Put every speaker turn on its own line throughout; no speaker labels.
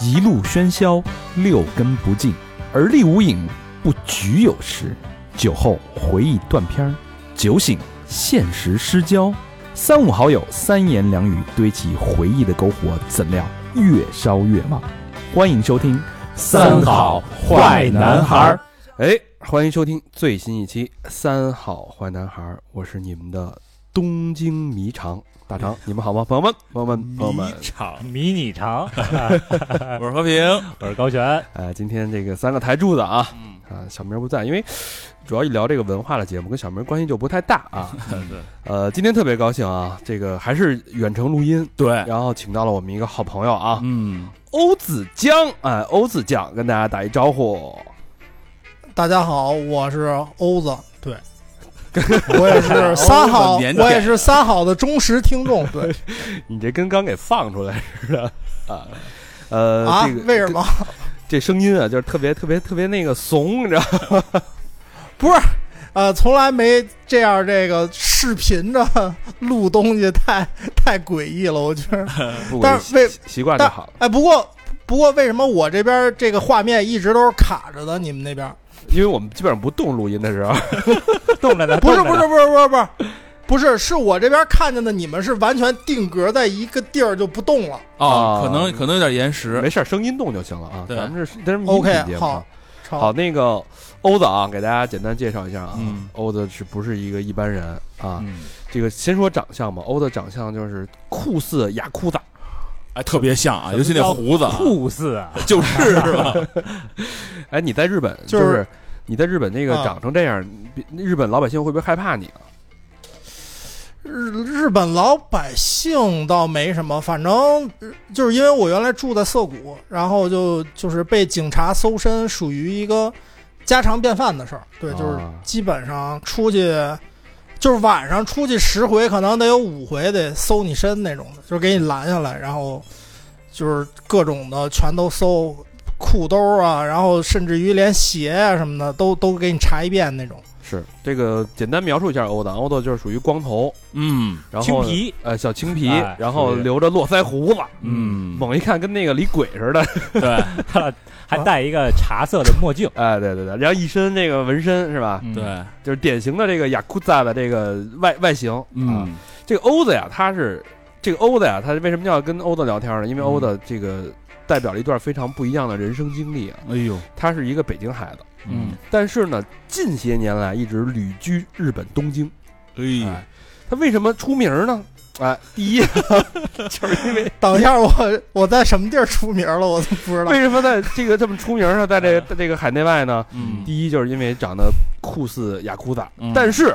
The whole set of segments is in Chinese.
一路喧嚣，六根不净，而立无影，不局有时。酒后回忆断片儿，酒醒现实失焦。三五好友，三言两语堆起回忆的篝火，怎料越烧越旺。欢迎收听《
儿。
哎，欢迎收听最新一期《三好坏男孩儿》，我是你们的东京迷肠大肠， 你们好吗？朋友们，朋友们，朋友们
迷，场，
迷你长，
我是和平，
我是高璇，
哎，今天这个三个台柱子啊，啊，小明不在，因为主要一聊这个文化的节目，跟小明关系就不太大 啊。
对
呃，今天特别高兴啊，这个还是远程录音，
对，
然后请到了我们一个好朋友啊，
嗯，
欧子江，哎，欧子江跟大家打一招呼。
大家好，我是欧子，对， 我也是三好，
欧子腼腆
我也是三好的忠实听众，对
你这跟刚给放出来似的啊。呃，
啊
这个，
为什么？
这声音啊，就是特别特别特别那个怂，你知道吗？
呃，从来没这样这个视频着录东西太，太诡异了，我觉得。
不过
但是为
习习惯就
但
好了，
哎，不过不过，为什么我这边这个画面一直都是卡着的？你们那边
因为我们基本上不动录音的时候，
动着呢，
不是
动着
不
呢
是不是不是不是不是，是我这边看见的，你们是完全定格在一个地儿就不动了。
啊
哦，可能可能有点延时，
没事儿，声音动就行了啊。
对
咱们这是咱们是
OK，
音频节目啊。
超
好，，那个欧子啊，给大家简单介绍一下啊。
嗯
欧子是不是一个一般人啊？
嗯，
这个先说长相吧，欧子长相就是酷似雅库萨，
哎，特别像啊，尤其那胡子啊，
酷似啊，
就是是吧？
哎，你在日本
就是
是你在日本那个
啊
长成这样，你日本老百姓会不会害怕你啊？
日日本老百姓倒没什么，反正呃就是因为我原来住在涩谷，然后就就是被警察搜身，属于一个家常便饭的事儿。对，就是
啊
基本上出去，就是晚上出去十回，可能得有五回得搜你身那种的，就是给你拦下来，然后就是各种的全都搜裤兜啊，然后甚至于连鞋啊什么的都都给你查一遍那种。
是这个简单描述一下欧子，啊欧子就是属于光头，
嗯
然后
青皮，
呃小青皮
哎，
然后
是的
留着络腮胡子，
嗯，
猛一看跟那个李鬼似的，
对
嗯 还戴一个茶色的墨镜，
哎，对对对，然后一身这个纹身是吧？
嗯，
对，
就是典型的这个雅库萨的这个外外形。啊，
嗯
这个欧子呀，他是这个欧子呀，他为什么要跟欧子聊天呢？因为
嗯
欧子这个代表了一段非常不一样的人生经历啊。
哎呦，
他是一个北京孩子，
嗯，
但是呢，近些年来一直旅居日本东京。
哎
哎，他为什么出名呢？哎，第一 就是因为
等一下，我我在什么地儿出名了？我都不知道
为。什么在这个这么出名呢？在这个在这个海内外呢？
嗯，
第一就是因为长得酷似雅库萨，
嗯
但是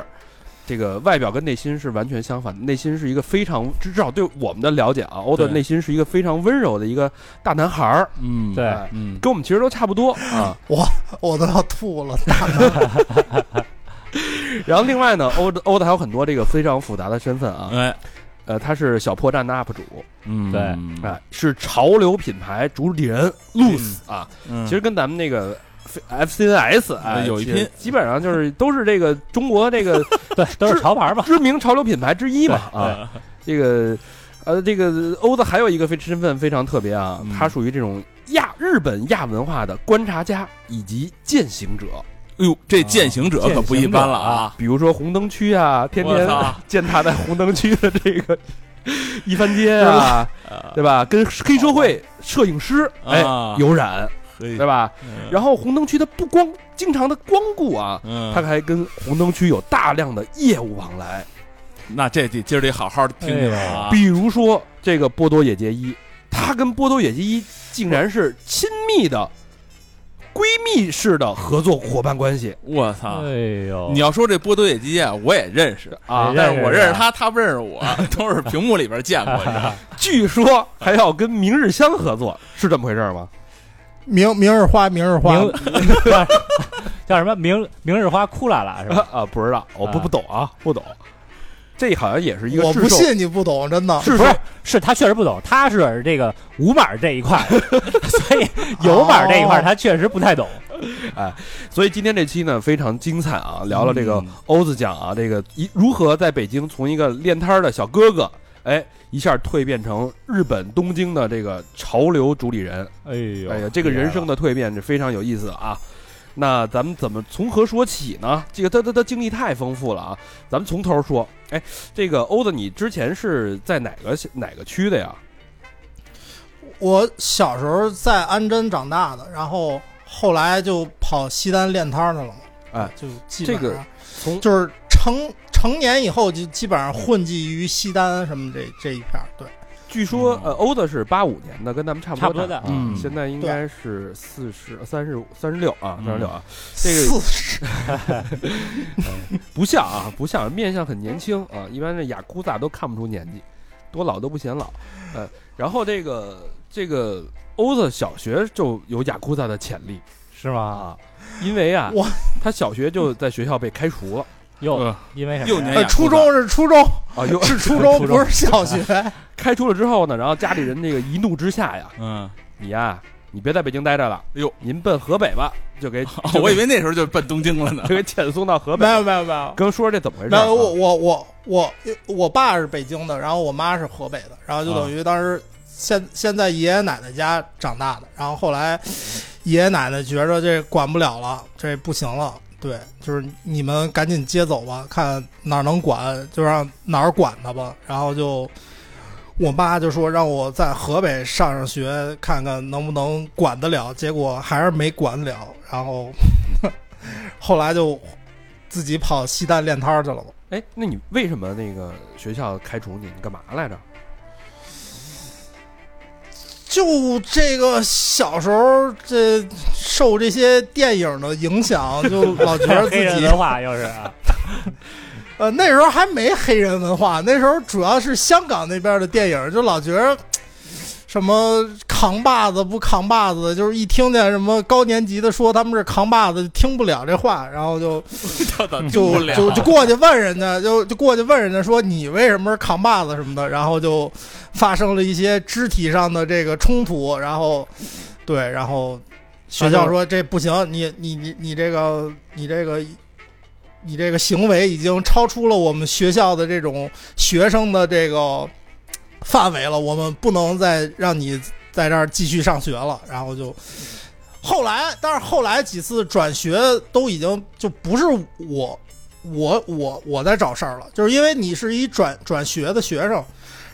这个外表跟内心是完全相反的。内心是一个非常，至少对我们的了解啊，欧的
对
内心是一个非常温柔的一个大男孩儿，
嗯，
对
哎
嗯，
跟我们其实都差不多啊。
我都要吐了。
然后另外呢，欧的欧的还有很多这个非常复杂的身份啊，
嗯
哎，
呃，他是小破站的 UP 主，
嗯，
对
哎、是潮流品牌主理人 Loose 啊，
嗯，
其实跟咱们那个。FCNS 啊，
有一
其
拼
基本上就是都是这个中国这个
对，都是潮牌嘛，
知名潮流品牌之一 嘛
对
啊，
哎
这个，呃，这个欧子还有一个非身份非常特别啊，
嗯
他属于这种亚日本亚文化的观察家以及践行者，
哎呦，这践行者可不一般了啊，
比如说红灯区啊，天天
我操
践踏在红灯区的这个一番街啊， 对吧？跟黑社会摄影师哎
啊
有染，
对
对？吧？
嗯
然后红灯区他不光经常的光顾啊。
嗯，
他还跟红灯区有大量的业务往来，
那这得今儿得好好
哎
听听啊，
比如说这个波多野结衣，她跟波多野结衣竟然是亲密的闺蜜式的合作伙伴关系
我操，
哎呦，
你要说这波多野结衣啊，我也认识，
哎
啊！
啊但是我认识他，他不认识我，都是屏幕里边见过，你知道吗？
据说还要跟明日香合作，是这么回事吗？
明明日花，明日花
明，哎 叫什么明明日花哭啦啦
哎
是吧？
啊，不知道，我不
啊
不懂啊，不懂。这好像也是一个
我
制
不
售，
信你不懂，真的。
制
不
售
是，是他确实不懂，他是这个无码这一块，所以有码这一块
哦
他确实不太懂。
所以今天这期呢非常精彩啊，聊了这个
嗯
欧子讲啊，这个一如何在北京从一个练摊儿的小哥哥。哎，一下蜕变成日本东京的这个潮流主理人。
哎呦，
哎呀，这个人生
的
的蜕变是非常有意思啊。那咱们怎么从何说起呢？这个他他他经历太丰富了啊！咱们从头说。哎，这个欧子，你之前是在哪个哪个区的呀？
我小时候在安贞长大的，然后后来就跑西单练摊儿去了嘛。
哎，
就基本上、
这个从
就是成成年以后就基本上混迹于西单什么这这一片儿。对，
据说
嗯
呃，欧子是八五年的，跟咱们差不
差不多
的
的
啊。
嗯
现在应该是四十三十三十六啊，三十六啊，这个
四十
不像啊，不像，面相很年轻啊，一般这雅库萨都看不出年纪，多老都不显老。呃，然后这个这个欧子小学就有雅库萨的潜力
是吗？
啊，因为啊
哇，
他小学就在学校被开除了
又
呃
因为什
嗯
么呀？
幼年
哎
呃
雅
初
库
中是初 中
啊，又
是初 中，
初中
不是小学。
开除了之后呢，然后家里人这个一怒之下呀，
嗯，
你呀、你别在北京待着了，
哟，
您奔河北吧，就 给
哦 我以为那时候就奔东京了呢
就。给遣送到河北
没。有没有没有
跟我说说这怎么回事
没
啊？
有，我我我我我爸是北京的，然后我妈是河北的，然后就等于当时先先在爷爷奶奶家长大的，然后后来爷爷奶奶觉着这管不了了，这不行了，对，就是你们赶紧接走吧，看哪儿能管就让哪儿管他吧，然后就。我妈就说让我在河北上上学，看看能不能管得了。结果还是没管得了，然后 后来就自己跑西单练摊儿去了嘛。
哎，那你为什么那个学校开除你？你干嘛来着？
就这个小时候，这受这些电影的影响，就老觉得
黑
自
人
己
文化又是啊，
呃那时候还没黑人文化，那时候主要是香港那边的电影，就老觉得什么扛把子不扛把子，就是一听见什么高年级的说他们是扛把子，听不了这话，然后就
这倒听不
嗯就
了
就就过去问人家，就就过去问人家说你为什么是扛把子什么的，然后就发生了一些肢体上的这个冲突，然后对，然后学校说这不行，你你你你这个你这个你这个行为已经超出了我们学校的这种学生的这个范围了，我们不能再让你在这儿继续上学了，然后就。后来，但是后来几次转学都已经就不是我，我我我在找事儿了，就是因为你是一转转学的学生，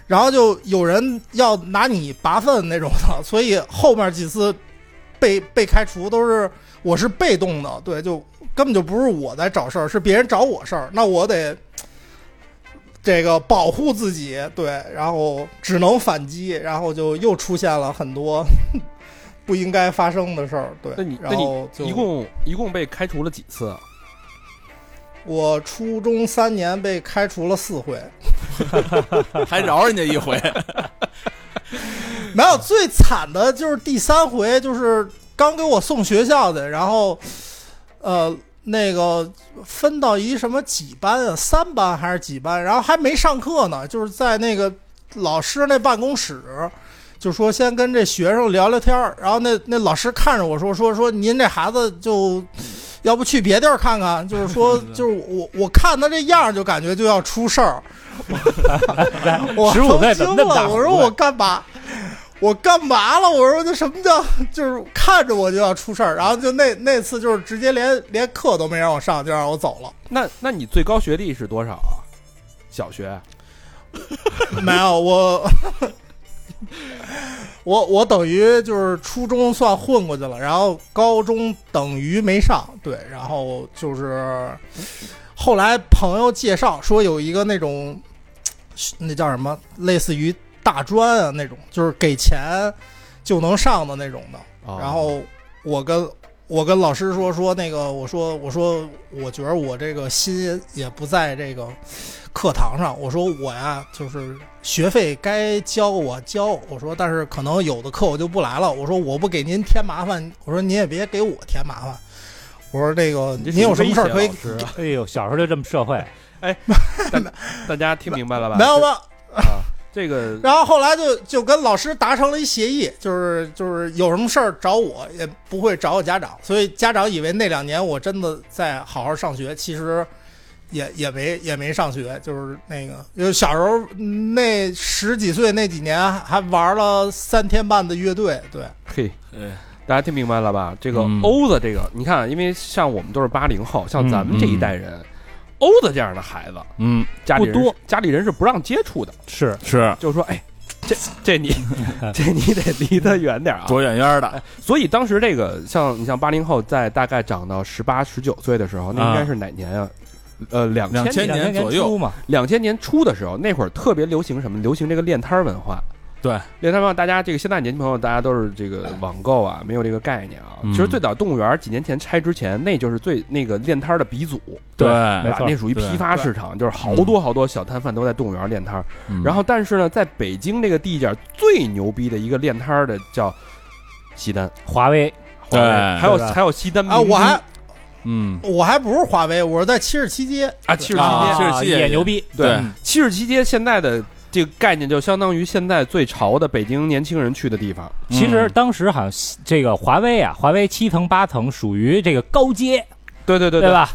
然后就有人要拿你拔粪那种的，所以后面几次被被开除都是我是被动的，对，就根本就不是我在找事儿，是别人找我事儿，那我得这个保护自己，对，然后只能反击，然后就又出现了很多不应该发生的事儿，对，
那你那
然后就
一共一共被开除了几次啊？
我初中三年被开除了四回。
还饶人家一回，
没有最惨的就是第三回，就是刚给我送学校的，然后，呃，那个分到一什么几班啊，三班还是几班，然后还没上课呢，就是在那个老师那办公室，就说先跟这学生聊聊天儿，然后那那老师看着我说说说您这孩子就。要不去别地儿看看，就是 说，就是我我看他这样儿就感觉就要出 事儿，我
15
都
岁怎么
惊
那么大
了，我说
胡子
我干嘛？我干嘛了？我说这什么叫就是看着我就要出事儿，然后就那那次就是直接连连课都没让我上，就让我走了。
那那你最高学历是多少啊？小学
没有我，我我等于就是初中算混过去了，然后高中等于没上，对，然后就是后来朋友介绍说有一个那种那叫什么，类似于大专啊那种，就是给钱就能上的那种的。
啊
然后我跟我跟老师说说那个，我说我说我觉得我这个心也不在这个课堂上，我说我呀就是学费该交我交，我说但是可能有的课我就不来了，我说我不给您添麻烦，我说您也别给我添麻烦。我说这个，
你这
您有什么事儿可以
威胁老师啊
哎呦，小时候就这么社会，
大家听明白了吧？ 啊
没有吧？
这个
然后后来就就跟老师达成了一协议，就是就是有什么事儿找我，也不会找我家长。所以家长以为那两年我真的在好好上学，其实也也没也没上学，就是那个，因为小时候嗯那十几岁那几年还玩了三天半的乐队，对，
嘿，
对，
大家听明白了吧？这个
嗯
欧子，这个、你看啊，因为像我们都是八零后，像咱们这一代人，欧子这样的孩子，
嗯，
家里人
不多，
家里人是不让接触的，
是
是
就是说，哎，这这你这你得离他远点啊。
躲远远的，
所以当时这个像你像八零后，在大概长到十八十九岁的时候，那应该是哪年啊？呃，两
两千
千
两千
年左右
初嘛，
两千年初的时候，那会儿特别流行什么？流行这个练摊儿文化。
对，
练摊儿文化，大家这个现在年轻朋友，大家都是这个网购啊，没有这个概念啊。
嗯
其实最早动物园儿几年前拆之前，那就是最那个练摊儿的鼻祖，
对
对
没
吧？
错
那属于
对
批发市场，就是好多好多小摊贩都在动物园儿练摊儿。
嗯
然后，但是呢，在北京这个地界儿最牛逼的一个练摊儿的叫西单，
华为
对
还有
对吧
还有西单明
啊，我
珠
还
嗯
我还不是华为，我是在七十七街，
啊七十七
啊
街，
七十
啊
七
也
也
牛逼，
对
对
嗯
七十七街现在的这个概念就相当于现在最潮的北京年轻人去的地方。
嗯
其实当时好像这个华为啊，华为七层八层属于这个高阶，
对对对
对？吧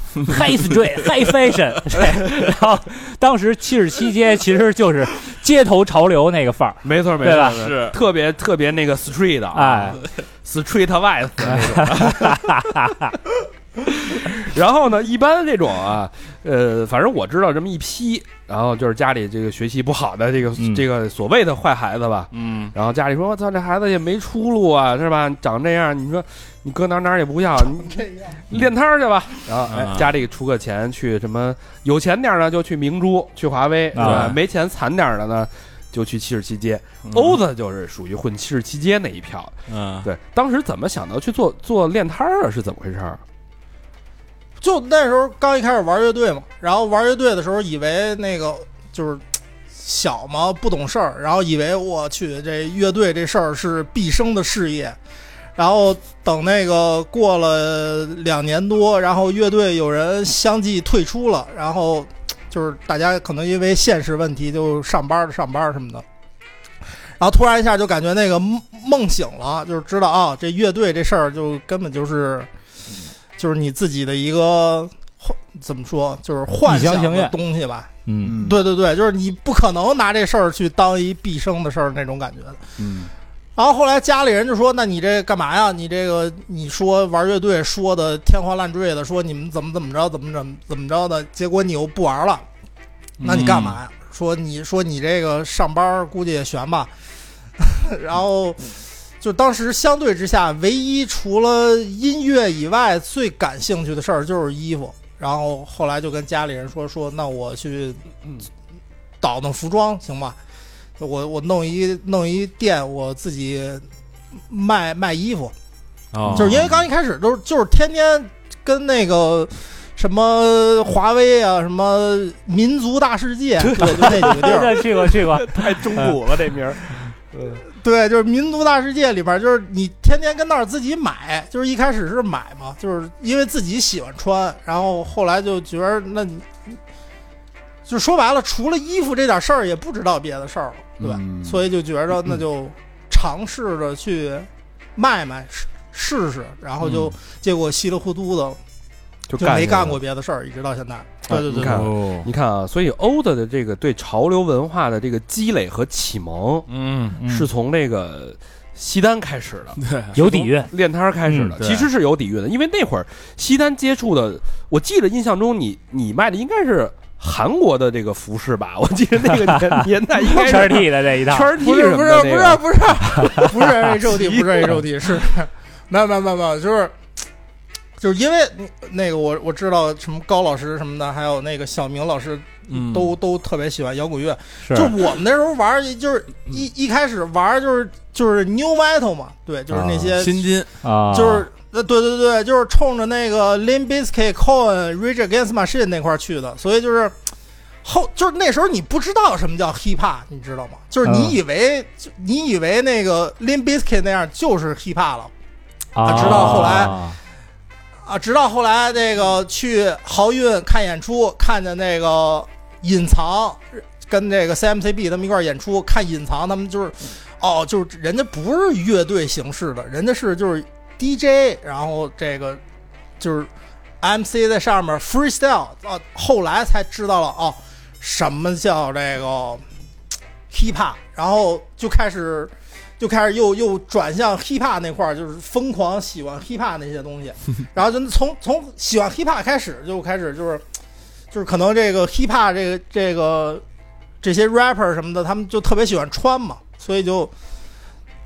？High street, high fashion 对。然后当时七十七街其实就是街头潮流那个范儿，
没错没
对吧
错，
是
特别特别那个 street 的
哎
啊，，street wife 那种。 然后呢，一般这种啊，呃，反正我知道这么一批，然后就是家里这个学习不好的这个、
嗯
这个所谓的坏孩子吧，
嗯，
然后家里说：“我操，这孩子也没出路啊，是吧？长这样，你说你搁哪儿哪儿也不要，你
这样
练摊儿去吧。”然后哎
啊，
家里出个钱去什么，有钱点儿呢就去明珠、去华威，是吧
啊？
没钱惨点儿的呢，就去七十七街。
哦
欧子就是属于混七十七街那一票的。
嗯，
对，当时怎么想到去做做练摊儿啊？是怎么回事儿？
就那时候刚一开始玩乐队嘛，然后玩乐队的时候以为那个就是小嘛不懂事儿，然后以为我去这乐队这事儿是毕生的事业，然后等那个过了两年多，然后乐队有人相继退出了，然后就是大家可能因为现实问题就上班儿上班儿什么的。然后突然一下就感觉那个梦梦醒了，就是知道啊，这乐队这事儿就根本就是就是你自己的一个幻怎么说，就是幻
一厢
想
情
的
愿
东西吧。
嗯，
对对对，就是你不可能拿这事儿去当一毕生的事儿那种感觉的。
嗯
然后后来家里人就说：“那你这干嘛呀？你这个你说玩乐队说的天花乱坠的，说你们怎么怎么着，怎么怎么怎么着的，结果你又不玩了，那你干嘛呀？”说你说你这个上班估计也悬吧。 然后就当时相对之下，唯一除了音乐以外最感兴趣的事儿就是衣服。然后后来就跟家里人说说，那我去
嗯
倒腾服装行吧？我我弄一弄一店，我自己卖卖衣服，
哦
就是因为刚一开始都是就是天天跟那个什么华为啊，什么民族大世界，对，就那几个地 儿，
对去过去过，
太中古了这名儿。
对，就是民族大世界里边，就是你天天跟那儿自己买，就是一开始是买嘛，就是因为自己喜欢穿，然后后来就觉得那你。就说白了，除了衣服这点事儿，也不知道别的事儿了，对吧？
嗯
所以就觉着那就尝试着去卖卖试试试，然后就、结果稀里糊涂的
就
就
干
没
下来
干
了
过别的事儿，一直到现在。对对
你
对
看
对，
哦，
你看啊，所以欧子的这个对潮流文化的这个积累和启蒙，
嗯，
嗯
是从这个西单开始的，
对，
嗯有底蕴，
练摊儿开始的，
嗯对
其实是有底蕴的，因为那会儿西单接触的，我记得印象中你你卖的应该是韩国的这个服饰吧？ 我记得那个年年代应该
圈儿
是。
T 的这一套，
圈 T
不是
什
不
么
是
的
啊不
那
是
个，
不是不是人肉地，不是人肉地，是没有没有没有没有，就是就是因为那个我我知道什么高老师什么的，还有那个小明老师
嗯
都都特别喜欢摇滚乐，
是
就我们那时候玩儿，就是一一开始玩儿就是就是 new metal 嘛，对，就是那些
新金
啊，
就是呃，对对对，就是冲着那个 Lim Biscuit、Coin、Rage Against the Machine 那块儿去的，所以就是后就是那时候你不知道什么叫 hip hop，你知道吗？就是你
嗯
以为、就你以为那个 Lim Biscuit 那样就是 hip hop 了
啊，
直到后来啊，直到后来那个去豪运看演出，看见那个隐藏跟那个 CMCB 他们一块儿演出，看隐藏他们就是哦，就是人家不是乐队形式的，人家是就是 DJ，然后这个就是。 MC 在上面 freestyle，啊，后来才知道了哦，什么叫这个 hip hop，然后就开始就开始又又转向 hip hop 那块儿，就是疯狂喜欢 hip hop 那些东西，然后就从从喜欢 hip hop 开始就开始就是就是可能这个 hip hop 这个这个这些 rapper 什么的，他们就特别喜欢穿嘛，所以就。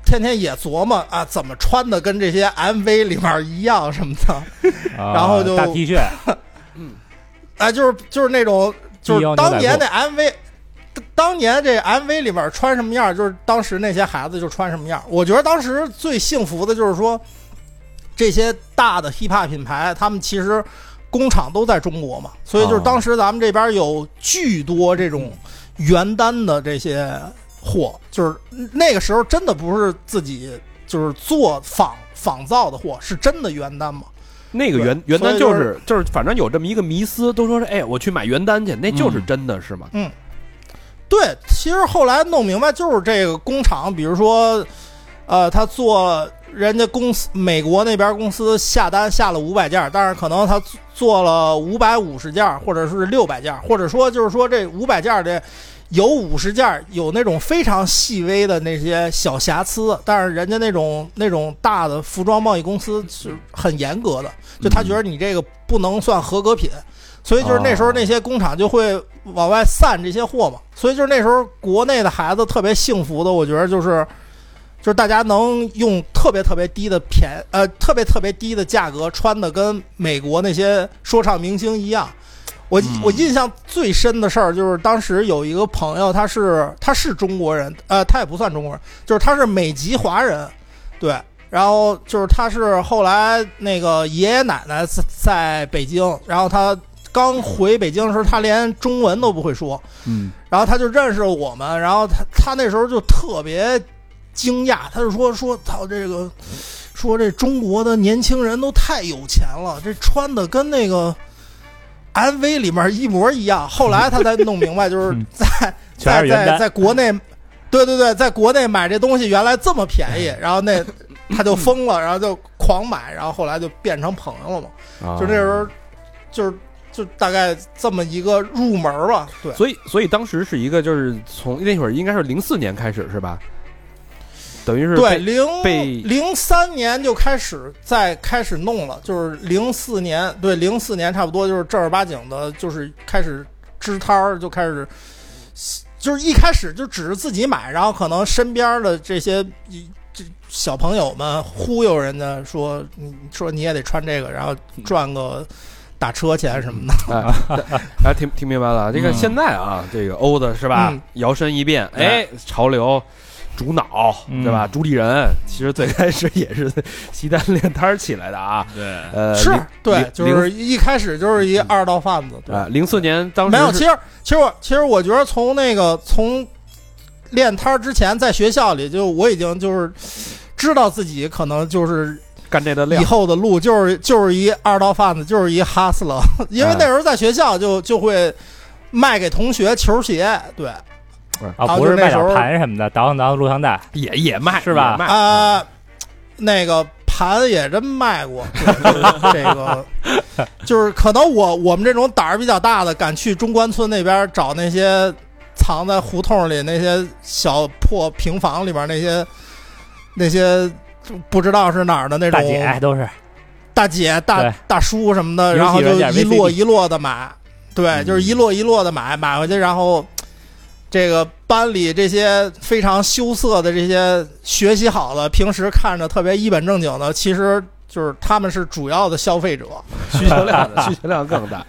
天天也琢磨啊，怎么穿的跟这些 MV 里面一样什么的，
啊
然后就
大 T 恤，
啊，就是就是那种，就
低腰
是当
牛仔裤
年那 MV，当当年这 MV 里面穿什么样，就是当时那些孩子就穿什么样。我觉得当时最幸福的就是说，这些大的 hiphop 品牌，他们其实工厂都在中国嘛，所以就是
哦
当时咱们这边有巨多这种原单的这些货，就是那个时候真的不是自己就是做仿仿造的货，是真的原单嘛。
那个
对
原原单
所以
就
就是
是就是，反正有这么一个迷思，都说是哎，我去买原单去，那就是真的是吗？
对，其实后来弄明白就是这个工厂，比如说，呃，他做人家公司美国那边公司下单下了五百件儿，但是可能他做做了五百五十件儿，或者是六百件儿，或者说就是说这五百件儿这有五十件儿有那种非常细微的那些小瑕疵，但是人家那种那种大的服装贸易公司是很严格的，就他觉得你这个不能算合格品，所以就是那时候那些工厂就会往外散这些货嘛。所以就是那时候国内的孩子特别幸福的，我觉得就是就是大家能用特别特别低的便呃特别特别低的价格穿的跟美国那些说唱明星一样。我我印象最深的事儿就是当时有一个朋友，他是他是中国人，呃，他也不算中国人，就是他是美籍华人，对。然后就是他是后来那个爷爷奶奶在在北京，然后他刚回北京的时候，他连中文都不会说，
嗯，
然后他就认识我们，然后他他那时候就特别惊讶，他就说说操这个，说这中国的年轻人都太有钱了，这穿的跟那个 MV 里面一模一样。后来他才弄明白，就是
嗯
在
全
在
是原
在
单，
在国内，对对对，在国内买这东西原来这么便宜，然后那他就疯了，然后就狂买，然后后来就变成朋友了嘛。
啊
就那时候，就是就大概这么一个入门儿吧。对，
所以所以当时是一个就是从那会儿应该是零四年开始是吧？等于是
对，
被被
零零三年就开始在开始弄了，就是零四年，对，零四年差不多就是正儿八经的，就是开始支摊儿，就开始，就是一开始就只是自己买，然后可能身边的这些一这小朋友们忽悠人家说，你说你也得穿这个，然后
嗯
赚个打车钱什么的。
哎听听明白了，这个
嗯
现在啊，这个欧子是吧
嗯？
摇身一变，哎，潮流。主脑
嗯
对吧？主理人其实最开始也是 西单练摊儿起来的啊。
对，
呃，
是
零
对
零，
就是一开始就是一二道贩子，对。
啊，零四年当时
没有，
是
其实其实我其实我觉得从那个从练摊儿之前，在学校里就我已经就是知道自己可能就是
干这的料
以，后的路就是就是一二道贩子，就是一哈斯了， 因
哎
为那时候在学校就就会卖给同学球鞋，对啊、
啊，
啊
不
就是是那
卖
时
点
候
盘什么的，挡挡录像带，
也也卖
是吧
也卖
啊那个盘也真 卖过，对就是这个就是可能我我们这种胆儿比较大的，敢去中关村那边找那些藏在胡同里那些小破平房里边那些那些不知道是哪儿的那种
大姐哎都是
大姐、大
对
大叔什么的，
游戏
然后就
软件
一摞
VCD
一摞的买，对，
嗯
就是一摞一摞的买，买回去，然后这个班里这些非常羞涩的这些学习好的，平时看着特别一本正经的，其实就是他们是主要的消费者。
需求量需求量更大，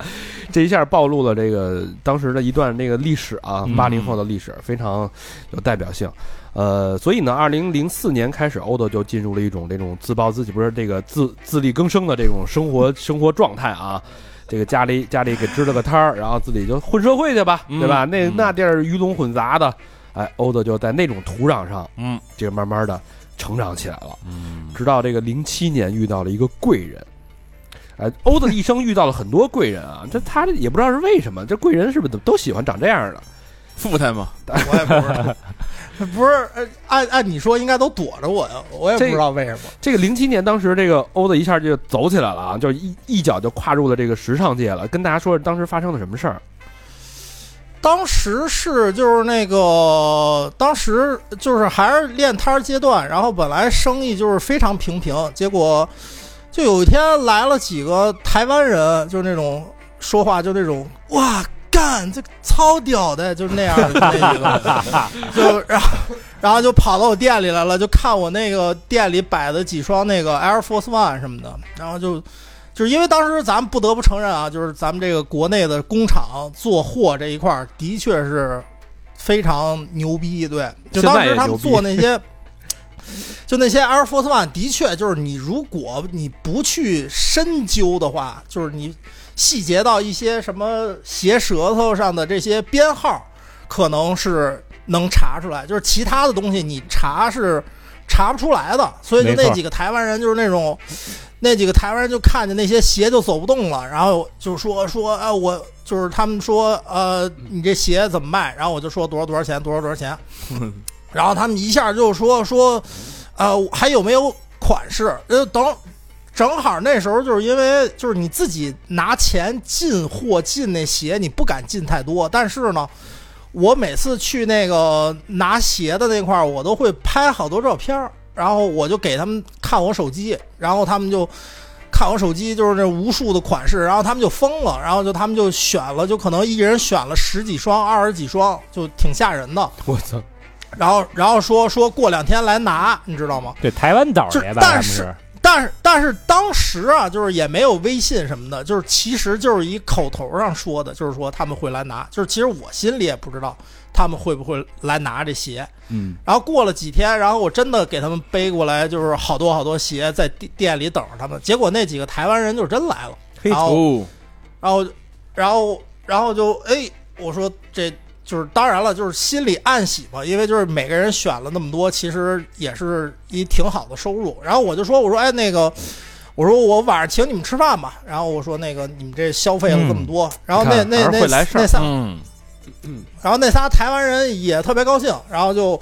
这一下暴露了这个当时的一段那个历史啊
嗯，
八零后的历史非常有代表性。呃，所以呢，二零零四年开始，欧德就进入了一种这种自暴自弃，不是这个自自力更生的这种 生活生活状态啊。这个家里家里给支了个摊儿，然后自己就混社会去吧，
嗯
对吧？那
嗯
那地儿鱼龙混杂的，哎，欧德就在那种土壤上，
嗯
这个慢慢的成长起来了。
嗯
直到这个零七年遇到了一个贵人。哎，欧子一生遇到了很多贵人啊，这他也不知道是为什么，这贵人是不是都喜欢长这样的？
富态嘛，
我也不知道，不是，呃按按你说应该都躲着我呀，我也不
这
知道为什么。
这个零七年，当时这个欧子一下就走起来了啊，就一一脚就跨入了这个时尚界了。跟大家说说当时发生了什么事儿。
当时是就是那个，当时就是还是练摊儿阶段，然后本来生意就是非常平平，结果就有一天来了几个台湾人，就是那种说话就那种哇干这超屌的，就是那样的那几个，就然后然后就跑到我店里来了，就看我那个店里摆的几双那个 Air Force One 什么的，然后就就是因为当时咱们不得不承认啊，就是咱们这个国内的工厂做货这一块儿的确是非常牛逼，对，就当时他们做那些。就那些 Air Force One，的确就是你，如果你不去深究的话，就是你细节到一些什么鞋舌头上的这些编号，可能是能查出来，就是其他的东西你查是查不出来的。所以就
没错
那几个台湾人就是那种，那几个台湾人就看见那些鞋就走不动了，然后就说说啊、我就是他们说呃你这鞋怎么卖？然后我就说多少多少钱，多少多 少钱，然后他们一下就说说，呃还有没有款式？呃等。正好那时候就是因为就是你自己拿钱进货进那鞋，你不敢进太多，但是呢，我每次去那个拿鞋的那块儿，我都会拍好多照片儿，然后我就给他们看我手机，然后他们就看我手机，就是那无数的款式，然后他们就疯了，然后就他们就选了，就可能一人选了十几双、二十几双，就挺吓人的。
我操！
然后，然后说说过两天来拿，你知道吗？
对，台湾岛来
就
吧，
但
他们
是
是
但是但是当时啊，就是也没有微信什么的，就是其实就是以口头上说的，就是说他们会来拿，就是其实我心里也不知道他们会不会来拿这鞋。
嗯，
然后过了几天，然后我真的给他们背过来，就是好多好多鞋在店店里等着他们。结果那几个台湾人就真来了，然后
哦，
然后，然后，然后就哎，我说这就是当然了，就是心里暗喜嘛，因为就是每个人选了那么多，其实也是一挺好的收入。然后我就说，我说哎那个，我说我晚上请你们吃饭吧。然后我说那个你们这消费了这么多，然后那
嗯你看
那
还是
那
会来事儿
那仨，
嗯，
然后那仨台湾人也特别高兴，然后就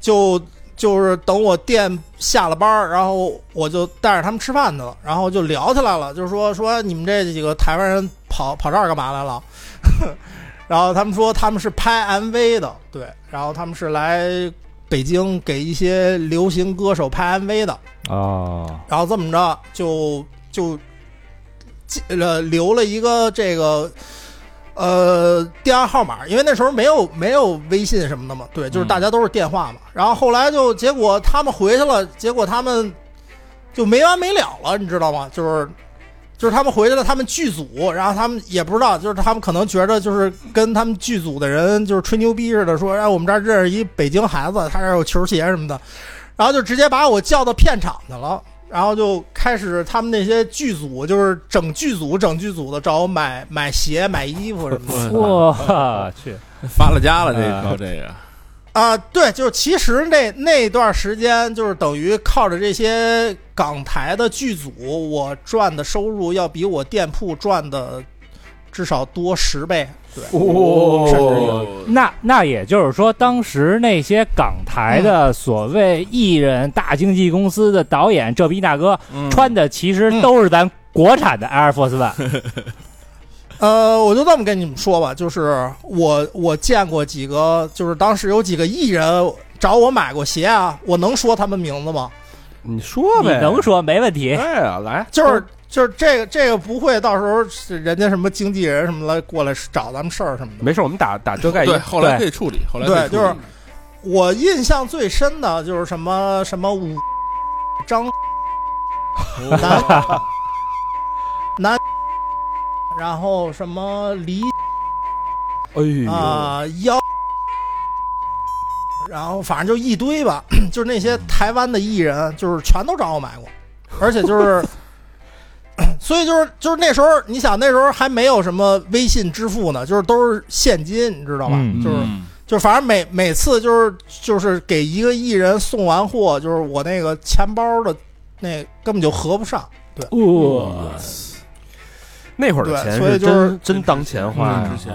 就就是等我店下了班儿，然后我就带着他们吃饭去了，然后就聊起来了，就是说说你们这几个台湾人跑跑这儿干嘛来了？然后他们说他们是拍 MV 的，对，然后他们是来北京给一些流行歌手拍 MV 的，
哦，
然后这么着就就呃留了一个这个呃电话号码，因为那时候没有没有微信什么的嘛，对，就是
嗯
大家都是电话嘛。然后后来就结果他们回去了，结果他们就没完没了了，你知道吗？就是。就是他们回去了，他们剧组，然后他们也不知道，就是他们可能觉得就是跟他们剧组的人就是吹牛逼似的，说哎我们这儿认识一北京孩子，他这儿有球鞋什么的，然后就直接把我叫到片场去了，然后就开始他们那些剧组，就是整剧组整剧组的找我买买鞋、买衣服什么的
我去，
发了家了，这一条这个，
啊、对，就是其实那那段时间就是等于靠着这些港台的剧组，我赚的收入要比我店铺赚的至少多十倍，对。
哦，
那那也就是说，当时那些港台的
嗯
所谓艺人、大经纪公司的导演这逼大哥
嗯
穿的，其实都是咱国产的 Air Force One。
呃，我就这么跟你们说吧，就是我我见过几个，就是当时有几个艺人找我买过鞋啊，我能说他们名字吗？
你说
你
呗，
能说没问题
对？啊，来，
就是就是这个这个不会，到时候是人家什么经纪人什么来过来找咱们事儿什么的。
没事，我们打打遮哎盖一
对，后来可以处理，后来可以处
对，就
理
是我印象最深的就是什么什么五张
哦
男，然后什么李
哎呦，
啊、幺，然后反正就一堆吧，就是那
嗯
些台湾的艺人，就是全都找我买 过，而且就是。所以就是就是那时候，你想那时候还没有什么微信支付呢，就是都是现金，你知道吧？
嗯
就是
嗯
就反正每每次就是就是给一个艺人送完货，就是我那个钱包的那根本就合不上。
哇，
那会儿的钱
对所以
是
就是
真真当钱花呀
真值钱，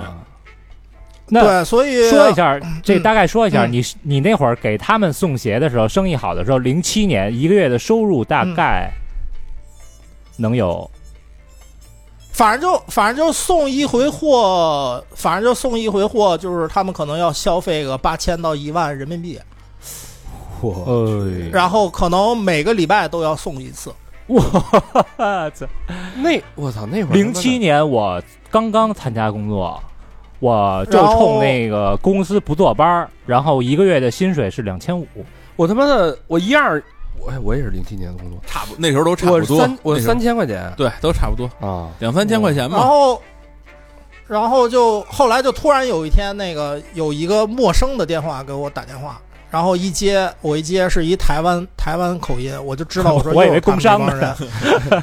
那
对，所以
说一下，这大概说一下，
嗯
你你那会儿给他们送鞋的时候，生意好的时候，零七年一个月的收入大概
嗯
能有
反正就反正就送一回货，反正就送一回货，就是他们可能要消费个八千到一万人民币，
嚯，
呃，
然后可能每个礼拜都要送一次。
我操！
嗯
那我操，那会儿
零七年我刚刚参加工作，我就
然
冲
后
那个公司不坐班儿，然后一个月的薪水是两千五。
我他妈的，我一二，我哎我也是零七年的工作，
差不那时候都差
我
不
是
多
三，我
那时候
三千块钱
对都差不多
啊，
两三千块钱
然
吧。
后，然后就后来就突然有一天，那个有一个陌生的电话给我打电话，然后一接我一接是一台湾台湾口音，我就知道我说
我以
又
为
是他们
工商
这帮
呢
人，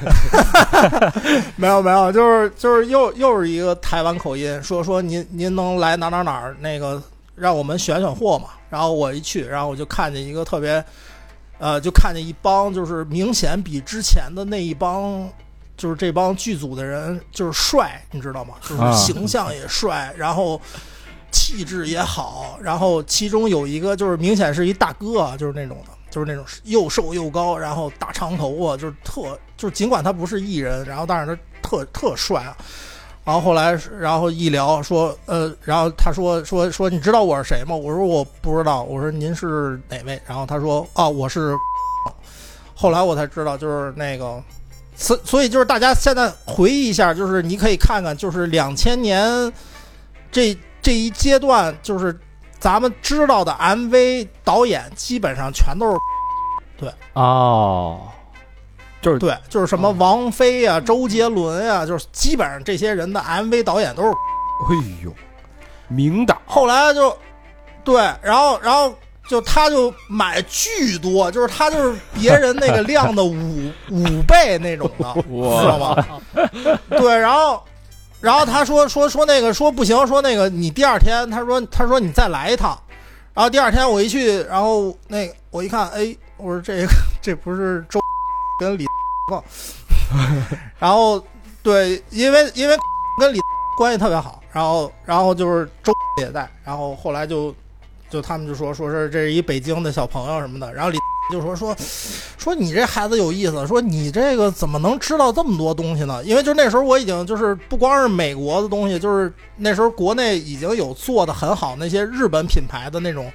没有没有，就是就是又又是一个台湾口音，说说您您能来哪哪哪儿那个让我们选选货嘛，然后我一去，然后我就看见一个特别。呃，就看见一帮就是明显比之前的那一帮，就是这帮剧组的人就是帅，你知道吗？就是
啊
形象也帅，然后气质也好，然后其中有一个就是明显是一大哥啊，就是那种的，就是那种又瘦又高，然后大长头啊，就是特就是尽管他不是艺人，然后但是他特特帅啊。然后后来是，然后一聊说，呃，然后他说说说你知道我是谁吗？我说我不知道。我说您是哪位？然后他说啊，我是。后来我才知道，就是那个，所所以就是大家现在回忆一下，就是你可以看看，就是两千年这这一阶段，就是咱们知道的 MV 导演基本上全都是
哦，
对，就是什么王菲呀、周杰伦呀、就是基本上这些人的 MV 导演都是
哎呦，明导
后来就，对，然后然后就他就买巨多，就是他就是别人那个量的五五倍那种的，
哇
知道吗？对，然后然后他说说说那个说不行，说那个你第二天，他说他说你再来一趟，然后第二天我一去，然后那个我一看，哎，我说这个这不是周跟李 吗？然后对，因为因为跟李关系特别好，然后然后就是周也在，然后后来就就他们就说说是这是一北京的小朋友什么的，然后李就说说说你这孩子有意思，说你这个怎么能知道这么多东西呢？因为就那时候我已经就是不光是美国的东西，就是那时候国内已经有做的很好那些日本品牌的那种，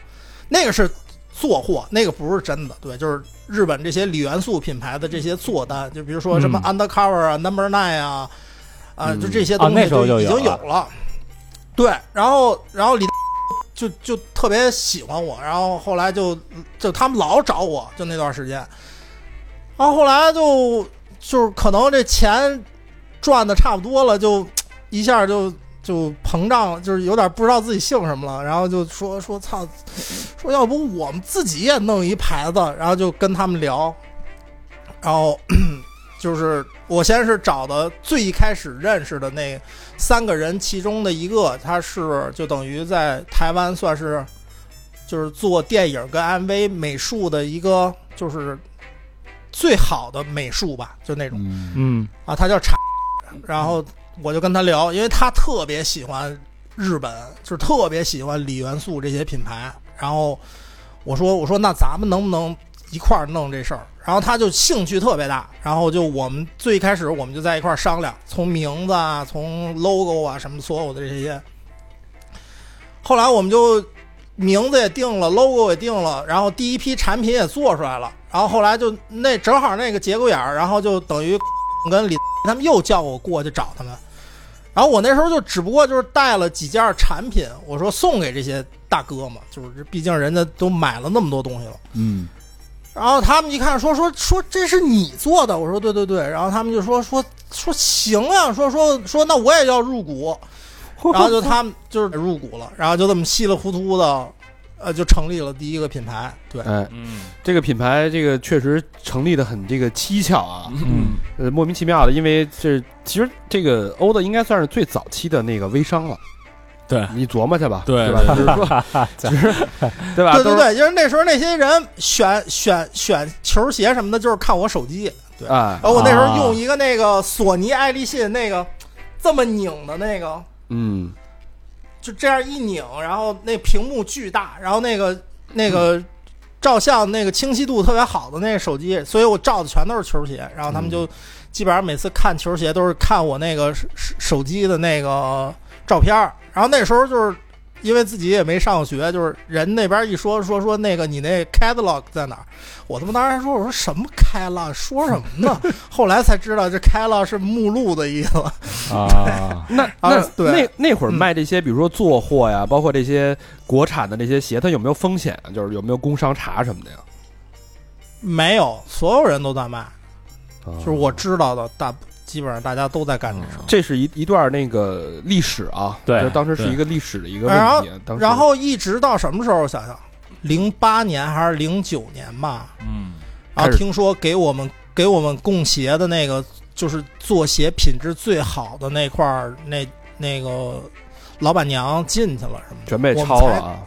那个是做货，那个不是真的，对，就是日本这些李元素品牌的这些做单，就比如说什么
嗯
Undercover 啊、Number Nine 啊，啊，就这些
啊
东
那
西
时候
就
就
已
有
经有了。对，然后然后李就就特别喜欢我，然后后来就就他们老找我，就那段时间，然后后来就就是可能这钱赚的差不多了，就一下就就膨胀，就是有点不知道自己姓什么了，然后就说说操，说要不我们自己也弄一牌子，然后就跟他们聊，然后 就是我先是找的最一开始认识的那三个人其中的一个，他是就等于在台湾算是就是做电影跟 MV 美术的一个就是最好的美术吧，就那种。
嗯，
嗯，
啊，他叫查，然后我就跟他聊，因为他特别喜欢日本，就是特别喜欢李元素这些品牌。然后我说我说那咱们能不能一块儿弄这事儿？然后他就兴趣特别大，然后就我们最开始我们就在一块儿商量，从名字啊，从 logo 啊什么所有的这些。后来我们就名字也定了，logo 也定了，然后第一批产品也做出来了，然后后来就那正好那个节骨眼儿，然后就等于跟李他们又叫我过去找他们，然后我那时候就只不过就是带了几件产品，我说送给这些大哥嘛，就是这毕竟人家都买了那么多东西了。
嗯，
然后他们一看说说说这是你做的，我说对对对，然后他们就说说说行啊，说说说那我也要入股，然后就他们就是入股了，然后就这么稀里糊涂的，呃，就成立了第一个品牌，对。
哎，
嗯，
这个品牌这个确实成立的很这个蹊跷啊，
嗯
呃，莫名其妙的，因为这其实这个欧的应该算是最早期的那个微商了。
对
你琢磨去吧，
对
对吧？就是说， 就是对吧？
对对
都是
对，就是那时候那些人选选选球鞋什么的，就是看我手机，对
啊，
然后我那时候
啊
用一个那个索尼爱立信那个这么拧的那个，
嗯，
就这样一拧，然后那屏幕巨大，然后那个那个照相那个清晰度特别好的那个手机，所以我照的全都是球鞋。然后他们就基本上每次看球鞋都是看我那个手手机的那个照片儿。然后那时候就是因为自己也没上过学，就是人那边一说说说那个你那 catalog 在哪儿，我他妈当时说我说什么 catalog 说什么呢？后来才知道这 catalog 是目录的意思。
啊，
那
啊
那
对
那那会儿
嗯
卖这些，比如说做货呀，包括这些国产的这些鞋，它有没有风险啊？就是有没有工商查什么的呀？
没有，所有人都在卖，
就
就是我知道的大，基本上大家都在干这事儿。
这是一一段那个历史啊，
对
就是当时是
对
一个历史的一个
然后
问题。啊当时
然后一直到什么时候？我想想，零八年还是零九年吧。
嗯，
开
然后
始
听说给我们给我们供鞋的那个，就是做鞋品质最好的那块儿，那那个老板娘进去了什么的，
全被抄了啊，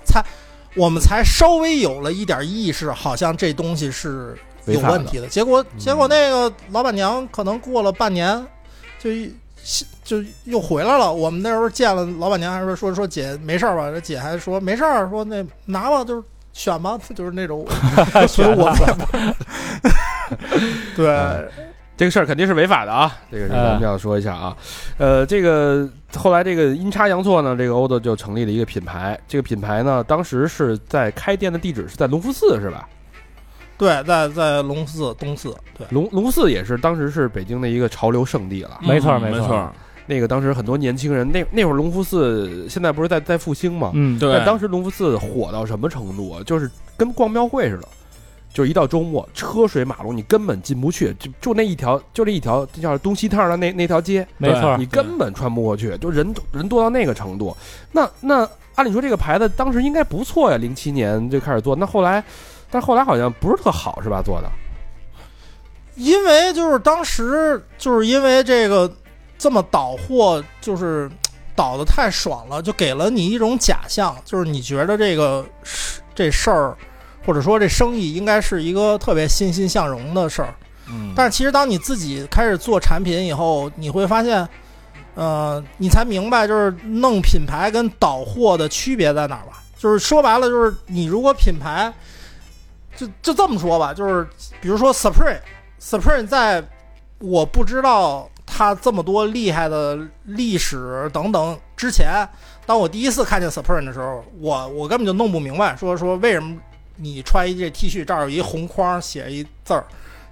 我们才稍微有了一点意识，好像这东西是有
违法的
问题的。结果结果那个老板娘可能过了半年，就一就又回来了。我们那时候见了老板娘，还说说说姐没事儿吧？这姐还说没事儿，啊说那拿吧，就是选吧，就是那种。所以我们也不 对，
这个事儿肯定是违法的啊，这个是咱们要说一下啊。呃，这个后来这个阴差阳错呢，这个欧德就成立了一个品牌，这个品牌呢，当时是在开店的地址是在隆福寺是吧？
对，在在龙寺东寺，对，
隆隆福寺也是当时是北京的一个潮流圣地了。
没错
嗯
没错
没错，
那个当时很多年轻人，那那会儿隆福寺现在不是在在复兴吗？
嗯，
对
但，当时隆福寺火到什么程度啊？就是跟逛庙会似的，就是一到周末车水马龙，你根本进不去，就就那一条，就这一条，就叫东西趟的那那条街，
没错
你根本穿不过去，就人人多到那个程度。那那按理说这个牌子当时应该不错呀，零七年就开始做，那后来，但是后来好像不是特好是吧？做的，
因为就是当时就是因为这个这么倒货，就是倒的太爽了，就给了你一种假象，就是你觉得这个事这事儿，或者说这生意应该是一个特别欣欣向荣的事儿。
嗯
但是其实当你自己开始做产品以后，你会发现，呃，你才明白就是弄品牌跟倒货的区别在哪儿吧。就是说白了，就是你如果品牌，就就这么说吧，就是比如说 Supreme，Supreme 在我不知道它这么多厉害的历史等等之前，当我第一次看见 Supreme 的时候，我我根本就弄不明白，说说为什么你穿一这 T 恤，这儿有一红框写一字儿，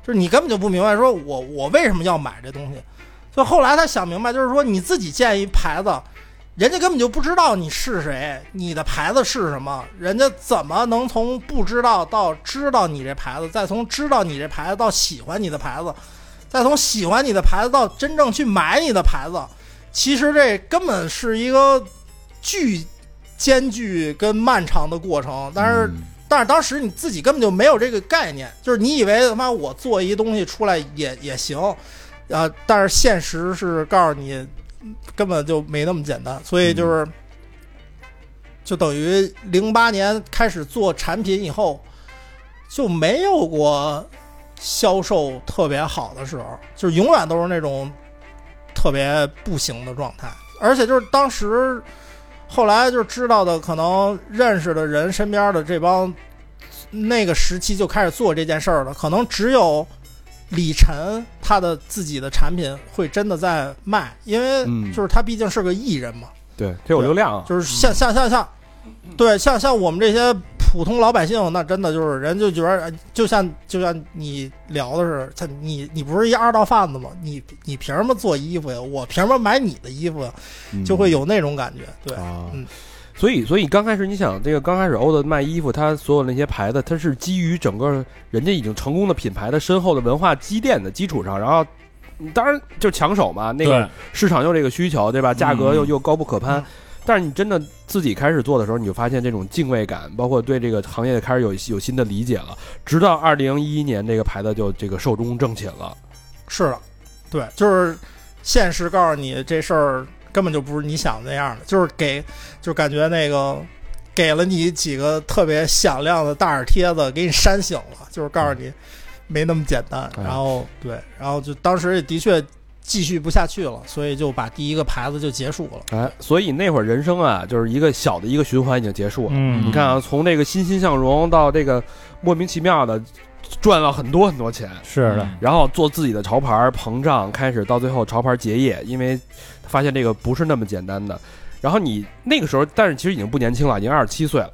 就是你根本就不明白，说我我为什么要买这东西。所以后来他想明白，就是说你自己建一牌子，人家根本就不知道你是谁，你的牌子是什么，人家怎么能从不知道到知道你这牌子，再从知道你这牌子到喜欢你的牌子，再从喜欢你的牌子到真正去买你的牌子，其实这根本是一个巨艰巨跟漫长的过程，但是
嗯
但是当时你自己根本就没有这个概念，就是你以为他妈我做一东西出来也也行，呃，但是现实是告诉你嗯根本就没那么简单，所以就是、嗯就等于零八年开始做产品以后，就没有过销售特别好的时候，就是永远都是那种特别不行的状态，而且就是当时后来就知道的，可能认识的人身边的这帮那个时期就开始做这件事儿了，可能只有李晨他的自己的产品会真的在卖，因为
嗯
就是他毕竟是个艺人嘛，
对，这有流量啊，
就是像像像像，对，像像我们这些普通老百姓，那真的就是人就觉得，哎就像就像你聊的是，他你你不是一二道贩子吗？你你凭什么做衣服呀？我凭什么买你的衣服呀？就
嗯
会有那种感觉，对。
嗯啊
嗯
所以，所以刚开始你想，这个刚开始欧的卖衣服，它所有那些牌子，它是基于整个人家已经成功的品牌的深厚的文化积淀的基础上，然后，嗯当然就抢手嘛，那个
对
市场又这个需求，对吧？价格又
嗯
又高不可攀
嗯。
但是你真的自己开始做的时候，你就发现这种敬畏感，包括对这个行业开始有有新的理解了。直到二零一一年，这个牌子就这个寿终正寝了。
是的，对，就是现实告诉你这事儿根本就不是你想的那样的，就是给，就感觉那个给了你几个特别响亮的大耳贴子，给你扇醒了，就是告诉你没那么简单。
哎
然后对，然后就当时也的确继续不下去了，所以就把第一个牌子就结束了。
哎，所以那会儿人生啊，就是一个小的一个循环已经结束了。
嗯，
你看啊，从这个欣欣向荣到这个莫名其妙的赚了很多很多钱，
是的，
然后做自己的潮牌儿膨胀，开始到最后潮牌儿结业，因为发现这个不是那么简单的。然后你那个时候，但是其实已经不年轻了，已经二十七岁了，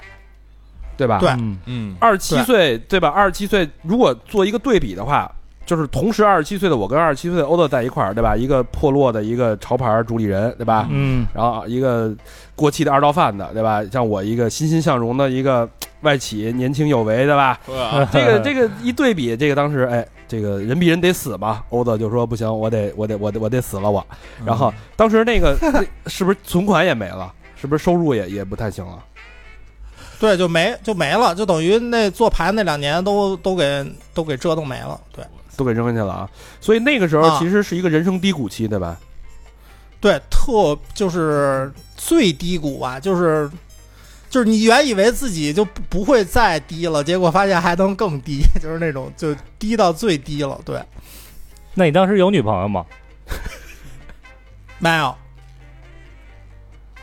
对吧？
对
嗯
嗯，
二十七岁对吧？二十七岁如果做一个对比的话，就是同时二十七岁的我跟二十七岁的欧德在一块儿，对吧？一个破落的一个潮牌儿主理人，对吧？
嗯
然后一个过气的二道贩子，对吧？像我一个欣欣向荣的一个外企年轻有为，对吧？
呵
这 个这个一对比，这个当时哎，这个人比人得死嘛。欧子就说不行，我得我得我得我得死了我。
嗯
然后当时那个 那是不是存款也没了？是不是收入也也不太行了？
对，就没就没了，就等于那做牌那两年都都给都给折腾没了。对
都给扔进去了啊！所以那个时候
啊
其实是一个人生低谷期，对吧？
对，特就是最低谷吧，就是就是你原以为自己就不不会再低了，结果发现还能更低， 就是那种就低到最低了。对，
那你当时有女朋友吗？
没有，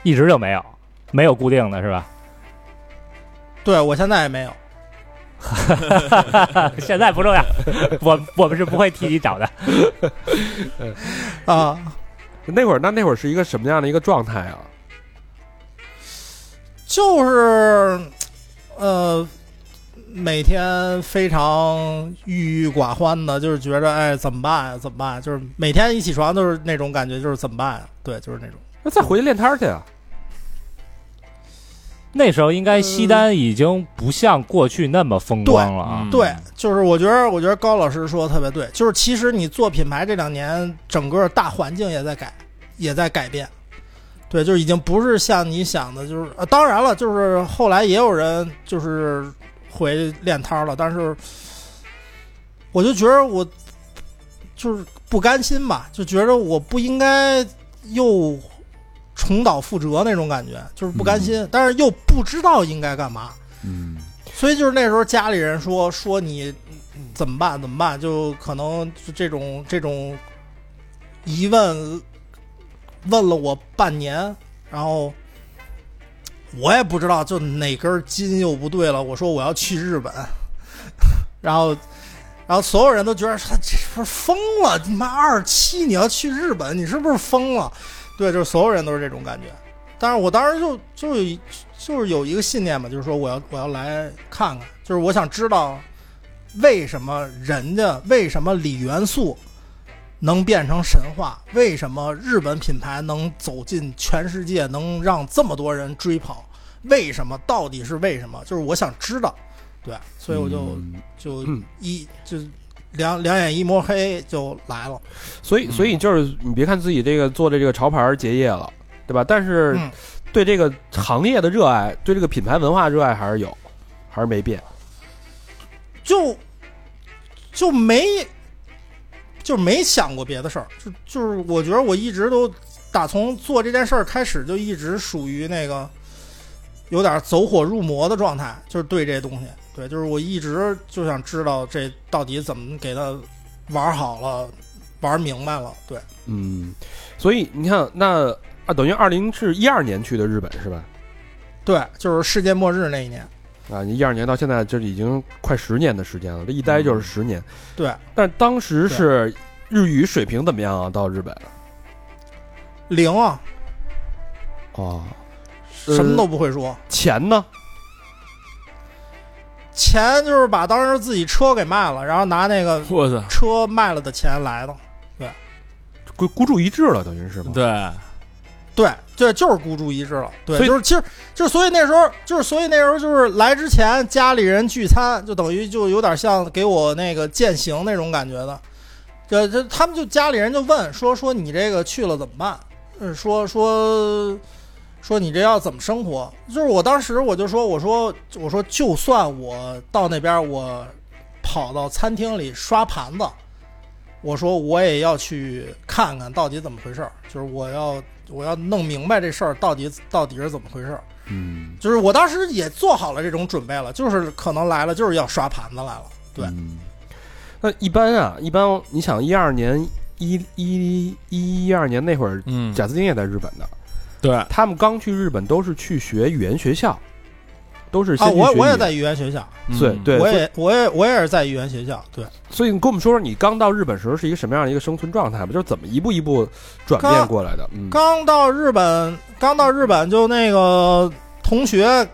一直就没有，没有固定的是 吧？
对我现在也没有。
现在不重要，我我们是不会替你找的。
啊、
那会儿那那会儿是一个什么样的一个状态啊？
就是呃，每天非常郁郁寡欢的，就是觉着哎怎么办呀？怎么办呀？就是每天一起床就是那种感觉，就是怎么办呀？对，就是那种。
那再回去练摊儿去啊！
那时候应该西单已经不像过去那么风光了啊
嗯。
对，就是我觉得，我觉得高老师说的特别对，就是其实你做品牌这两年，整个大环境也在改，也在改变。对，就是已经不是像你想的，就是、呃、当然了，就是后来也有人就是回练摊儿了，但是我就觉得我就是不甘心吧，就觉得我不应该又重蹈覆辙那种感觉，就是不甘心，但是又不知道应该干嘛。
嗯，
所以就是那时候家里人说说你怎么办怎么办，就可能就这种这种疑问问了我半年，然后我也不知道就哪根筋又不对了。我说我要去日本，然后。然后所有人都觉得他这不是疯了？你妈二七你要去日本，你是不是疯了？对，就是所有人都是这种感觉。但是我当时就就就是有一个信念嘛，就是说我要我要来看看，就是我想知道为什么人家为什么李元素能变成神话，为什么日本品牌能走进全世界，能让这么多人追捧，为什么？到底是为什么？就是我想知道，对，所以我就、
嗯
就
嗯
一就两两眼一抹黑就来了，
所
嗯
以所以就是你别看自己这个做的这个潮牌儿结业了，对吧？但是
嗯
对这个行业的热爱，对这个品牌文化热爱还是有，还是没变。
就就没就没想过别的事儿，就就是我觉得我一直都打从做这件事儿开始，就一直属于那个有点走火入魔的状态，就是对这东西，对，就是我一直就想知道这到底怎么给它玩好了，玩明白了，对，
嗯，所以你看，那啊，等于二零是一二年去的日本是吧？
对，就是世界末日那一年，
啊，你一二年到现在，这已经快十年的时间了，这一待就是十年。
对，
但当时是日语水平怎么样啊？到日本
零啊，
哦，呃
什么都不会说。
钱呢？
钱就是把当时自己车给卖了，然后拿那个
我操，
车卖了的钱来的。
孤孤注一掷了，等于是吗？
对，
对对，就是孤注一掷了。对，
所以
就是其实就是所以那时候就是所以那时候就是来之前家里人聚餐，就等于就有点像给我那个践行那种感觉的。这这他们就家里人就问说说你这个去了怎么办？嗯，说说说你这要怎么生活？就是我当时我就说我说我说就算我到那边我跑到餐厅里刷盘子，我说我也要去看看到底怎么回事儿，就是我要我要弄明白这事儿到底到底是怎么回事儿。
嗯，
就是我当时也做好了这种准备了，就是可能来了就是要刷盘子来了。对
嗯
那一般啊，一般你想一二年一一一一二年那会儿，
嗯，
贾斯汀也在日本的，
对，
他们刚去日本都是去学语言学校，都是先
啊，
去
我
学语
我也
言
在语言学校，
对
嗯
对，
我
所以
也我也我也是在语言学校，对，
所以你跟我们说说你刚到日本时候是一个什么样的一个生存状态吧？就是怎么一步一步转变
刚
过来的？嗯，
刚到日本，刚到日本就那个同学，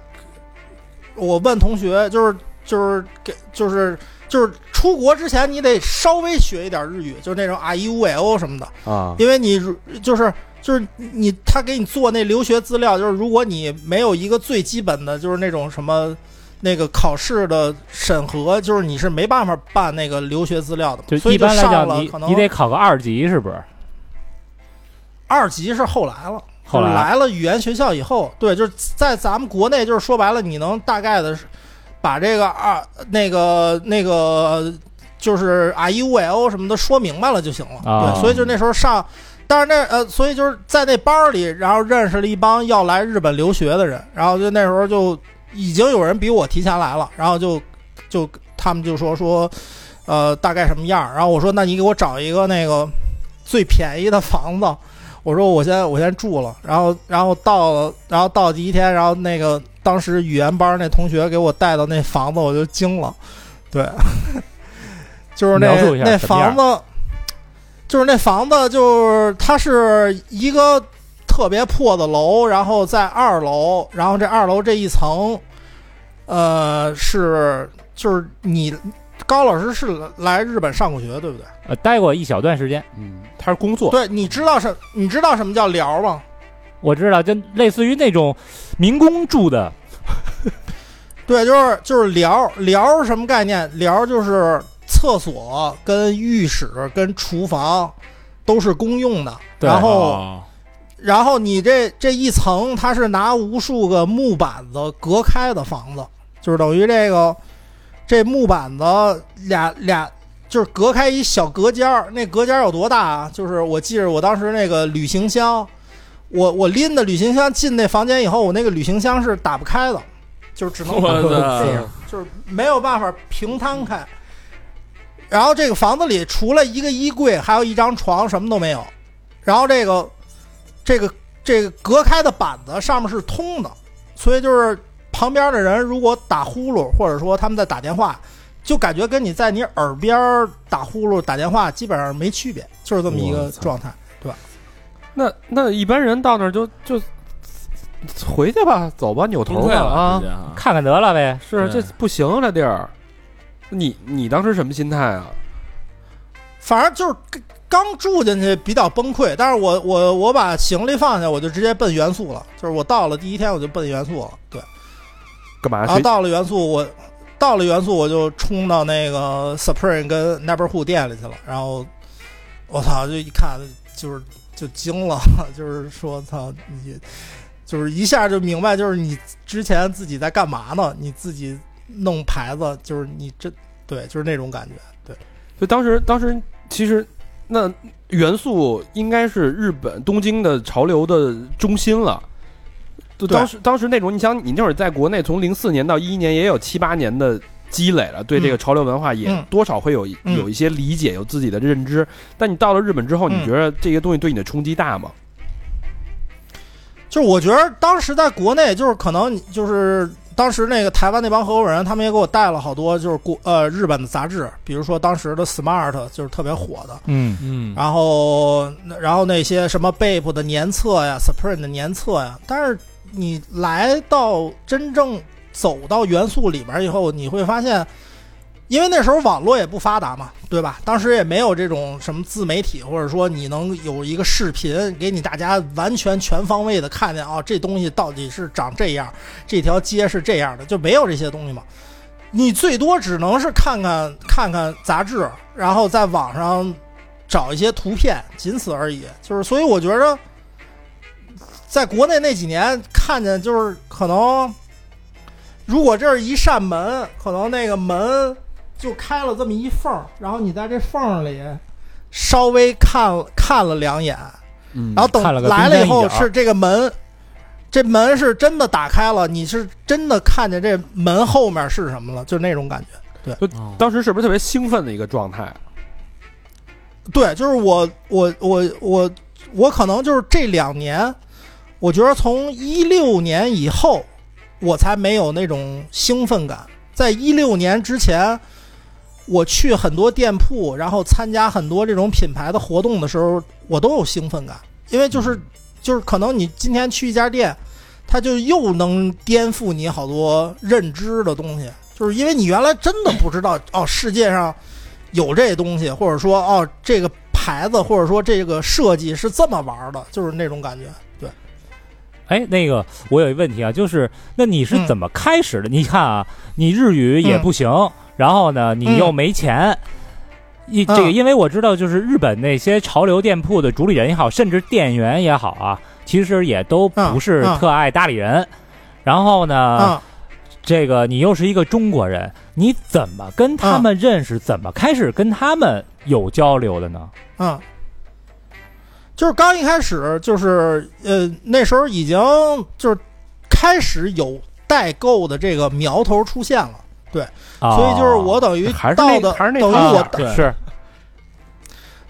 我问同学，就是就是给就是就是出国之前，你得稍微学一点日语，就是那种啊 u 喂 o 什么的，
啊，
因为你如就是就是你他给你做那留学资料，就是如果你没有一个最基本的，就是那种什么。那个考试的审核，就是你是没办法办那个留学资料的嘛，
就
所以
一般来
上
讲，
了
你
可能
你得考个二级，是不是？
二级是后来了，
后
就是
来啊
来了语言学校以后，对，就是在咱们国内，就是说白了，你能大概的把这个二那个那个就是 I U I O 什么的说明白了就行了，
啊
对，所以就那时候上。但是那呃，所以就是在那班儿里，然后认识了一帮要来日本留学的人，然后就那时候就已经有人比我提前来了，然后就就他们就说说，呃，大概什么样儿？然后我说，那你给我找一个那个最便宜的房子。 我说我先我先住了，然后然后到了，然后到第一天，然后那个当时语言班那同学给我带到那房子，我就惊了，对， 就是那
描述一下
那
什么样
房子，就是那房子就是它是一个特别破的楼，然后在二楼，然后这二楼这一层，呃，是就是你高老师是来日本上过学对不对？
呃，待过一小段时间，
嗯，他是工作，
对，你知道什你知道什么叫聊吗？
我知道，就类似于那种民工住的，
对，就是就是聊聊是什么概念？聊就是厕所跟浴室跟厨房都是公用的，
对
然后
哦
然后你这这一层它是拿无数个木板子隔开的房子，就是等于这个这木板子俩俩。就是隔开一小隔间儿，那隔间儿有多大啊？就是我记着我当时那个旅行箱，我我拎的旅行箱进那房间以后，我那个旅行箱是打不开的，就是只能
我
打
操
这样，就是没有办法平摊开。然后这个房子里除了一个衣柜，还有一张床，什么都没有。然后这个这个这个隔开的板子上面是通的，所以就是旁边的人如果打呼噜，或者说他们在打电话，就感觉跟你在你耳边儿打呼噜、打电话基本上没区别，就是这么一个状态。
那那一般人到那儿就就回去吧，走吧，扭
崩
头
溃
吧
了
啊
直，接啊
看看得了呗。
是这
对
不行啊，这地儿。你你当时什么心态啊？
反正就是刚刚住进去比较崩溃，但是我我我把行李放下，我就直接奔元素了。就是我到了第一天我就奔元素了，对，
干嘛
然后
去？
啊到了元素我。到了元素，我就冲到那个 Supreme 跟 Neighborhood 店里去了，然后我操，就一看就是就惊了， 就是说操你，就是一下就明白，就是你之前自己在干嘛呢？你自己弄牌子，就是你这对，就是那种感觉。
就当时当时其实那元素应该是日本东京的潮流的中心了。就
对
当时当时那种，你想你那会儿在国内从零四年到一一年也有七八年的积累了，对这个潮流文化也
嗯
多少会有、
嗯
有一些理解，有自己的认知。但你到了日本之后，你
嗯
觉得这些东西对你的冲击大吗？
就是我觉得当时在国内，就是可能你就是当时那个台湾那帮合伙人，他们也给我带了好多就是国呃日本的杂志，比如说当时的 Smart 就是特别火的，
嗯，
嗯，
然后然后那些什么 Bape 的年册呀、Spring 的年册呀，但是你来到真正走到元素里边以后，你会发现。因为那时候网络也不发达嘛，对吧？当时也没有这种什么自媒体，或者说你能有一个视频给你大家完全全方位的看见啊，这东西到底是长这样，这条街是这样的，就没有这些东西嘛。你最多只能是看看看看杂志，然后在网上找一些图片，仅此而已。就是，所以我觉着，在国内那几年看见，就是可能，如果这是一扇门，可能那个门就开了这么一缝儿，然后你在这缝儿里稍微看看了两眼，
嗯
然后等
看了个
来了以后
冰山一角
是这个门，这门是真的打开了，你是真的看见这门后面是
嗯
什么了，就是那种感觉。
当时是不是特别兴奋的一个状态？
对，就是我我我我我可能就是这两年，我觉得从一六年以后，我才没有那种兴奋感。在一六年之前，我去很多店铺，然后参加很多这种品牌的活动的时候，我都有兴奋感，因为就是就是可能你今天去一家店，它就又能颠覆你好多认知的东西，就是因为你原来真的不知道哦，世界上有这东西，或者说哦这个牌子，或者说这个设计是这么玩儿的，就是那种感觉。对，
哎，那个我有一问题啊，就是那你是
嗯
怎么开始的？你看啊，你日语也不行，然后呢，你
嗯
又没钱。一这个，
嗯
因为我知道，就是日本那些潮流店铺的主理人也好，甚至店员也好啊，其实也都不是
嗯嗯
特爱搭理人。然后呢，
啊、
这个你又是一个中国人，你怎么跟他们认识？怎么开始跟他们有交流的呢？
嗯，就是刚一开始，就是呃，那时候已经就是开始有代购的这个苗头出现了，
啊，
所以就是我等于
哦还是那
到的，
还是那
等于
套
我
路
对
是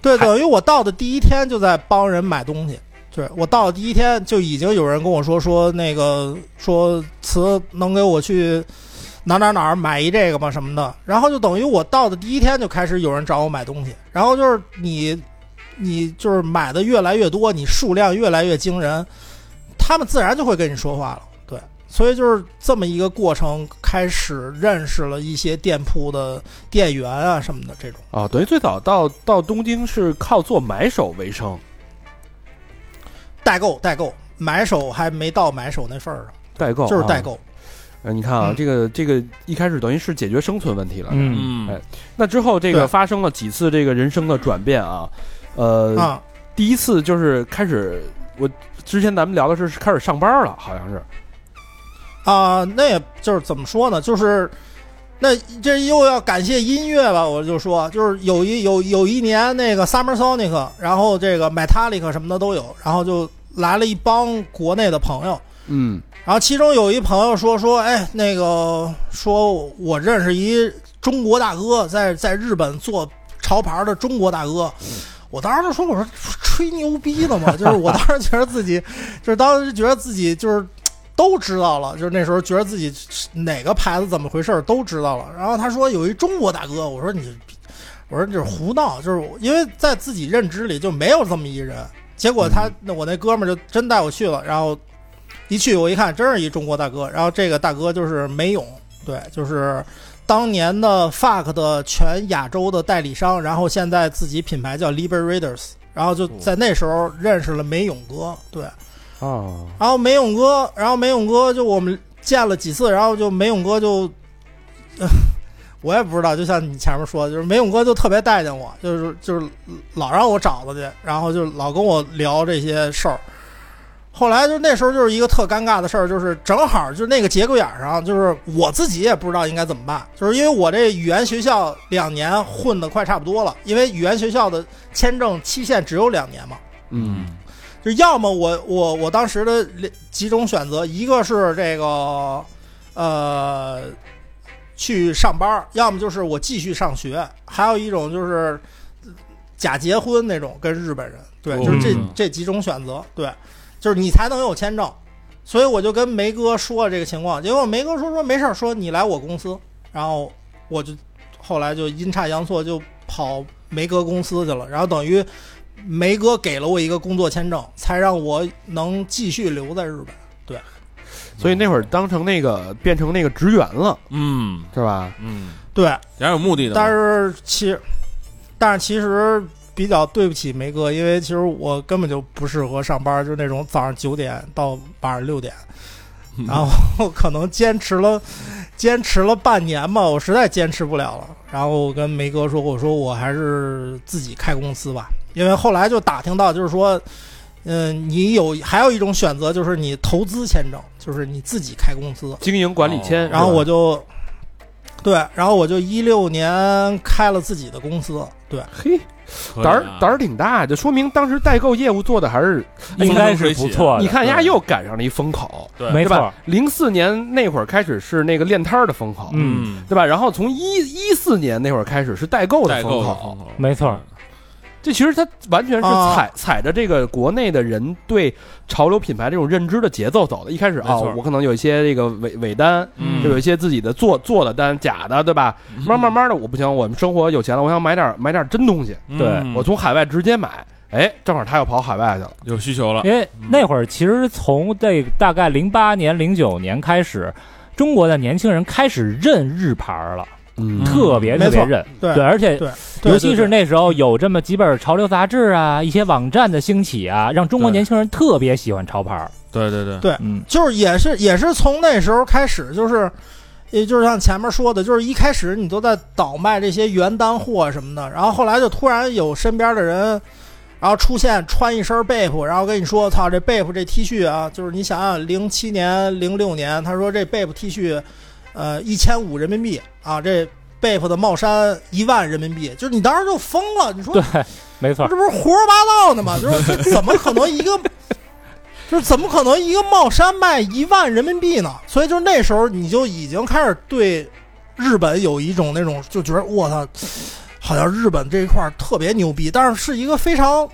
对，
还
等于我到的第一天就在帮人买东西。对我到的第一天就已经有人跟我说说那个说词能给我去哪哪哪儿买一这个吗什么的，然后就等于我到的第一天就开始有人找我买东西，然后就是你你就是买的越来越多，你数量越来越惊人，他们自然就会跟你说话了。对，所以就是这么一个过程，开始认识了一些店铺的店员啊什么的这种。
啊，等于最早到到东京是靠做买手为生，
代购，代购，买手还没到买手那份儿上，
代购
就是代
啊。
购。
呃你看啊，
嗯
这个这个一开始等于是解决生存问题了，
嗯，
嗯，
哎那之后这个
对
发生了几次这个人生的转变啊，呃，
啊，
第一次就是开始，我之前咱们聊的是开始上班了，好像是
啊，那也就是怎么说呢？就是那这又要感谢音乐吧，我就说，就是有一有有一年那个 Summer Sonic，然后这个 Metallic 什么的都有，然后就来了一帮国内的朋友。
嗯
然后其中有一朋友说说，哎，那个说我认识一中国大哥，在在日本做潮牌的中国大哥。我当时就说，我说吹牛逼呢嘛，就是我当时觉得自己，就是当时觉得自己就是都知道了，就是那时候觉得自己哪个牌子怎么回事儿都知道了。然后他说有一中国大哥，我说你，我说你这是胡闹，就是我因为在自己认知里就没有这么一人。结果他那我那哥们儿就真带我去了，然后一去我一看，真是一中国大哥。然后这个大哥就是梅勇，对，就是当年的 FUCK 的全亚洲的代理商，然后现在自己品牌叫 Liberators，然后就在那时候认识了梅勇哥，对，
啊，
然后梅勇哥，然后梅勇哥就我们见了几次，然后就梅勇哥就， 呃我也不知道，就像你前面说的，就是梅勇哥就特别待见我，就是就是老让我找他去，然后就老跟我聊这些事儿。后来就那时候就是一个特尴尬的事儿，就是正好就那个节骨眼儿上，就是我自己也不知道应该怎么办，就是因为我这语言学校两年混的快差不多了，因为语言学校的签证期限只有两年嘛，
嗯
就要么我我我当时的两几种选择，一个是这个呃去上班儿，要么就是我继续上学，还有一种就是呃假结婚那种跟日本人，对，就是这、
嗯
这几种选择，对，就是你才能有签证。所以我就跟梅哥说了这个情况，结果梅哥说说没事儿，说你来我公司，然后我就后来就阴差阳错就跑梅哥公司去了，然后等于梅哥给了我一个工作签证，才让我能继续留在日本。
所以那会儿当成那个变成那个职员了，
嗯
是吧？
嗯，
对，
然后有目的的嘛，
但是其但是其实比较对不起梅哥，因为其实我根本就不适合上班，就是那种早上九点到晚上六点，然后可能坚持了坚持了半年吧，我实在坚持不了了。然后我跟梅哥说，我说我还是自己开公司吧，因为后来就打听到，就是说。嗯，你有还有一种选择，就是你投资签证，就是你自己开公司。
经营管理签，
哦
然后我就，对，然后我就一六年开了自己的公司，对，
嘿
可以
胆
啊
儿胆儿挺大，就说明当时代购业务做的还是，
应该是不错的。
你看人家
对
又赶上了一风口，
对
没
对
错
吧，？零四年那会儿开始是那个练摊儿的风口，
嗯
嗯，
对吧？然后从一一四年那会儿开始是代购的
代
风
嗯
购的
口，
风口
没错，
这其实它完全是
啊
踩、踩着这个国内的人对潮流品牌这种认知的节奏走的。一开始啊、
没错
我可能有一些这个伪伪单，
嗯
就有一些自己的做做的单，假的，对吧？慢慢慢的，我不行，我们生活有钱了，我想买点买点真东西，
对
嗯
我从海外直接买。哎，正好他又跑海外去了，
有需求了，
因为那会儿其实从这大概零八年、零九年开始，中国的年轻人开始认日牌儿了，
嗯
特别特
没
别
错
认。
对
对，而且
对对
尤其
对
是
对
那时候有这么几本潮流杂志啊，一些网站的兴起啊，让中国
对
年轻人特别喜欢潮牌儿。
对对对，
嗯，
就是也是也是从那时候开始，就是也就是像前面说的，就是一开始你都在倒卖这些原单货什么的，然后后来就突然有身边的人，然后出现穿一身贝普，然后跟你说：“操，这贝普这 T 恤啊，就是你想想零七年、零六年，他说这贝普 T 恤，呃，一千五人民币啊，这贝普的帽衫一万人民币，就是你当时就疯了，你说
对，没错
这。不是胡说八道呢吗？就是这怎么可能一个，就是怎么可能一个帽衫卖一万人民币呢？所以就是那时候你就已经开始对日本有一种那种就觉得我操，好像日本这一块儿特别牛逼，但是是一个非常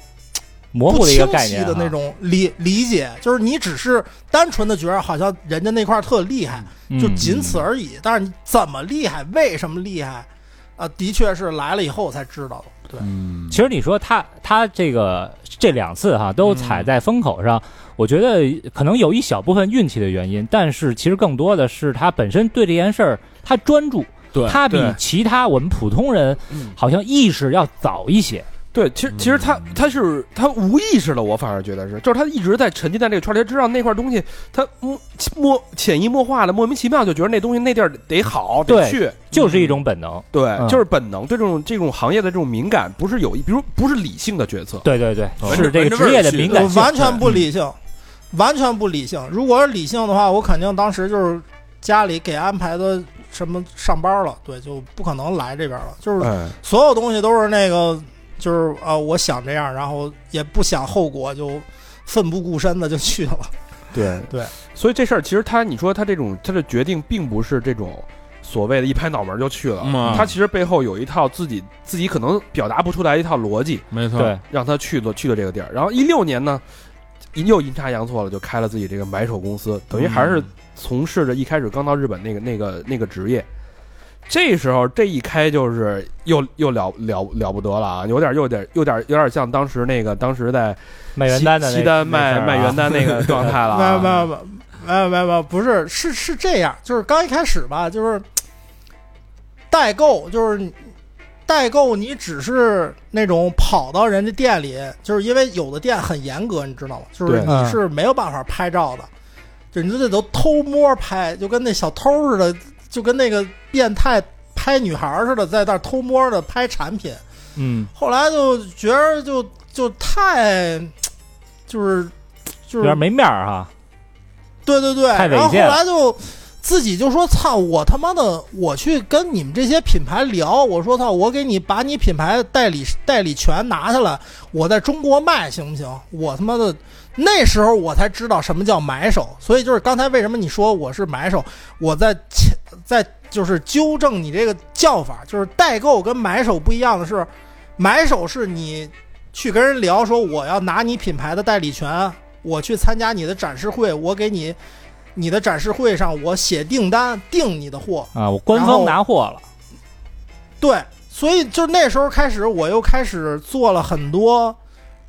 模
不
糊的一
清
个概
晰
念、啊、
的那种理理解，就是你只是单纯的觉得好像人家那块儿特厉害，
嗯，
就仅此而已。但是你怎么厉害，为什么厉害？啊，的确是来了以后才知道的。对，
嗯，
其实你说他他这个这两次哈都踩在风口上，我觉得可能有一小部分运气的原因，但是其实更多的是他本身对这件事儿他专注，
对
他比
对
其他我们普通人
嗯
好像意识要早一些。
对，其实其实
嗯
他他是他无意识了，我反而觉得是，就是他一直在沉浸在这个圈里，他知道那块东西，他默默潜移默化的，莫名其妙就觉得那东西那地儿得好得
对
去，
就是一种本能，
对，
嗯
就是本能对这种这种行业的这种敏感，不是有意，比如不是理性的决策，
对对对，
哦
是这个职业的敏感
我
性。
完全不理性，完全不理性。如果是理性的话，我肯定当时就是家里给安排的什么上班了，对，就不可能来这边了。就是
嗯
哎，
所有东西都是那个，就是呃，我想这样，然后也不想后果，就奋不顾身的就去了。
对
对，
所以这事儿其实他，你说他这种他的决定，并不是这种所谓的一拍脑门就去了，
嗯
他其实背后有一套自己自己可能表达不出来一套逻辑，
没错，
对，
让他去了去了这个地儿。然后一六年呢，又阴差阳错了，就开了自己这个买手公司，等于还
嗯
是
嗯
从事着一开始刚到日本那个那个那个职业。这时候这一开就是又又了了了不得了啊，有点有点有点有点像当时那个当时在
卖原
西
单的
西
那
单
那事
卖
儿啊
卖原单 那个状态了、
没有没
啊。
有没有没有没有没有，不是是是这样，就是刚一开始吧，就是代购，就是你代购，你只是那种跑到人家店里，就是因为有的店很严格，你知道吗？就是
对
你是没有办法拍照的，就你这都偷摸拍，就跟那小偷似的，就跟那个变态拍女孩似的，在那儿偷摸的拍产品。
嗯，
后来就觉得就就太就是就
有
是
点没面儿哈。
对对对，
太
然后
猥
后
亵了
来就自己就说：“操，我他妈的，我去跟你们这些品牌聊，我说操，我给你把你品牌代理代理权拿下来，我在中国卖行不行？我他妈的。”那时候我才知道什么叫买手，所以就是刚才为什么你说我是买手，我在切在就是纠正你这个叫法，就是代购跟买手不一样的是，买手是你去跟人聊说我要拿你品牌的代理权，我去参加你的展示会，我给你你的展示会上我写订单订你的货，
啊，我官
然
方
后
拿货了，
对，所以就那时候开始，我又开始做了很多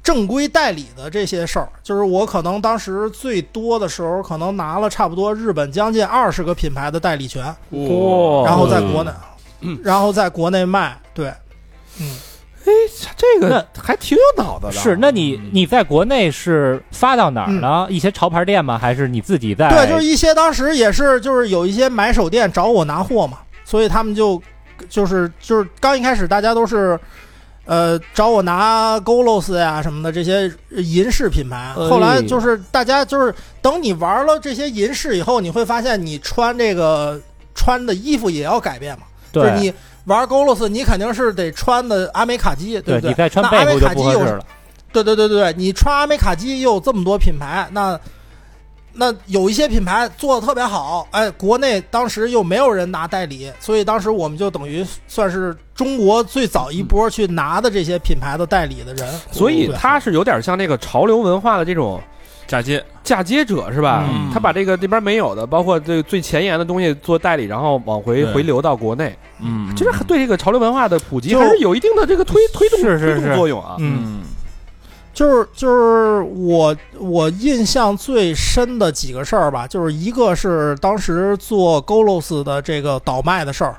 正规代理的这些事儿，就是我可能当时最多的时候，可能拿了差不多日本将近二十个品牌的代理权，
哇
然后在国内，
哦嗯
然后在国内卖，对，嗯。
这个还挺有脑子的。啊
是，那你你在国内是发到哪儿呢？一些潮牌店吗？还是你自己在？
对，就是一些当时也是就是有一些买手店找我拿货嘛，所以他们就就是就是刚一开始大家都是。呃，找我拿 Golos 呀什么的这些银饰品牌，
哎
后来就是大家就是等你玩了这些银饰以后，你会发现你穿这个穿的衣服也要改变嘛，就是
对
你玩 Golos，你肯定是得穿的阿美卡基，
对
不对？
你再穿
那阿
背
美
部就
卡基
不合
有
适了。
对对对对，对，你穿阿美卡基又有这么多品牌，那那有一些品牌做的特别好，哎，国内当时又没有人拿代理，所以当时我们就等于算是中国最早一波去拿的这些品牌的代理的人，
所以
对
他是有点像那个潮流文化的这种
嫁接，
嫁接者是吧？
嗯
他把这个这边没有的，包括这个最前沿的东西做代理，然后往回
对
回流到国内，
嗯
其实还对这个潮流文化的普及
就
还是有一定的这个推推动
是是
推动
是
作用啊。
嗯，
嗯
就是就是我我印象最深的几个事儿吧，就是一个是当时做 Golos 的这个倒卖的事儿，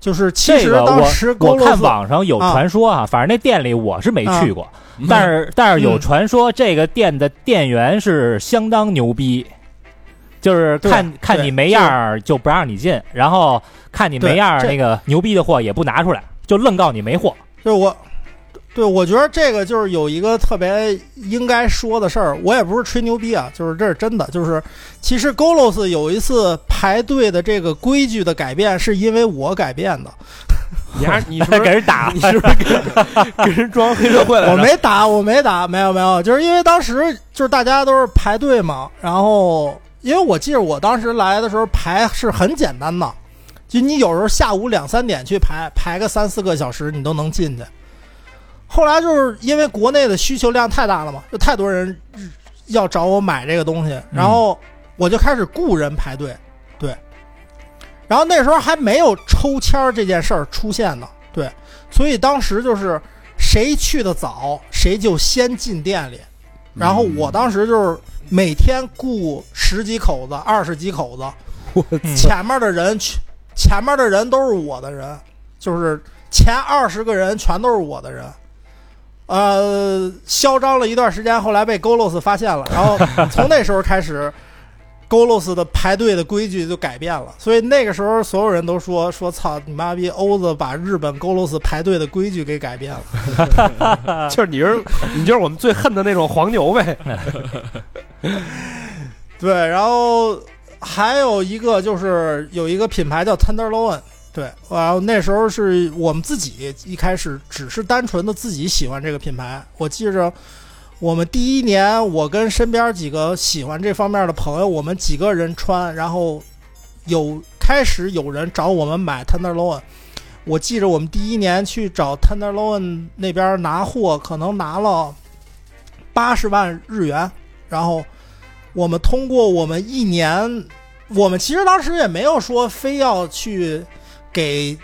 就是其
这
实
个
当时
我我
Golos
看网上有传说啊，反正那店里我是没去过，
嗯
但是但是有
啊嗯
传说这个店的店员是相当牛逼，就是
对
看看
对
你没样儿就不让你进，然后看你没
对
样儿
这
那个牛逼的货也不拿出来，就愣告你没货。
就是我，对我觉得这个就是有一个特别应该说的事儿，我也不是吹牛逼啊，就是这是真的，就是其实 Golos 有一次排队的这个规矩的改变，是因为我改变的，
你还你是不
给
是
人打
你是不是跟跟人装黑社会来
我
着？
没打，我没打，没有没有，就是因为当时就是大家都是排队嘛，然后因为我记得我当时来的时候排是很简单的，就你有时候下午两三点去排，排个三四个小时你都能进去。后来就是因为国内的需求量太大了嘛，就太多人要找我买这个东西，
嗯
然后我就开始雇人排队，对。然后那时候还没有抽签儿这件事儿出现呢，对，所以当时就是谁去的早，谁就先进店里。然后我当时就是每天雇十几口子、二十几口子，前面的人去，前面的人都是我的人，就是前二十个人全都是我的人。呃，嚣张了一段时间，后来被 Golos 发现了，然后从那时候开始，Golos 的排队的规矩就改变了。所以那个时候，所有人都说说操你妈逼，欧子把日本 Golos 排队的规矩给改变了。
就是你是你就是我们最恨的那种黄牛呗。
对，然后还有一个就是有一个品牌叫 Tenderloin，对，然后那时候是我们自己一开始只是单纯的自己喜欢这个品牌。我记着我们第一年，我跟身边几个喜欢这方面的朋友，我们几个人穿，然后有开始有人找我们买 Tenderloin。我记着我们第一年去找 Tenderloin 那边拿货，可能拿了八十万日元，然后我们通过我们一年，我们其实当时也没有说非要去给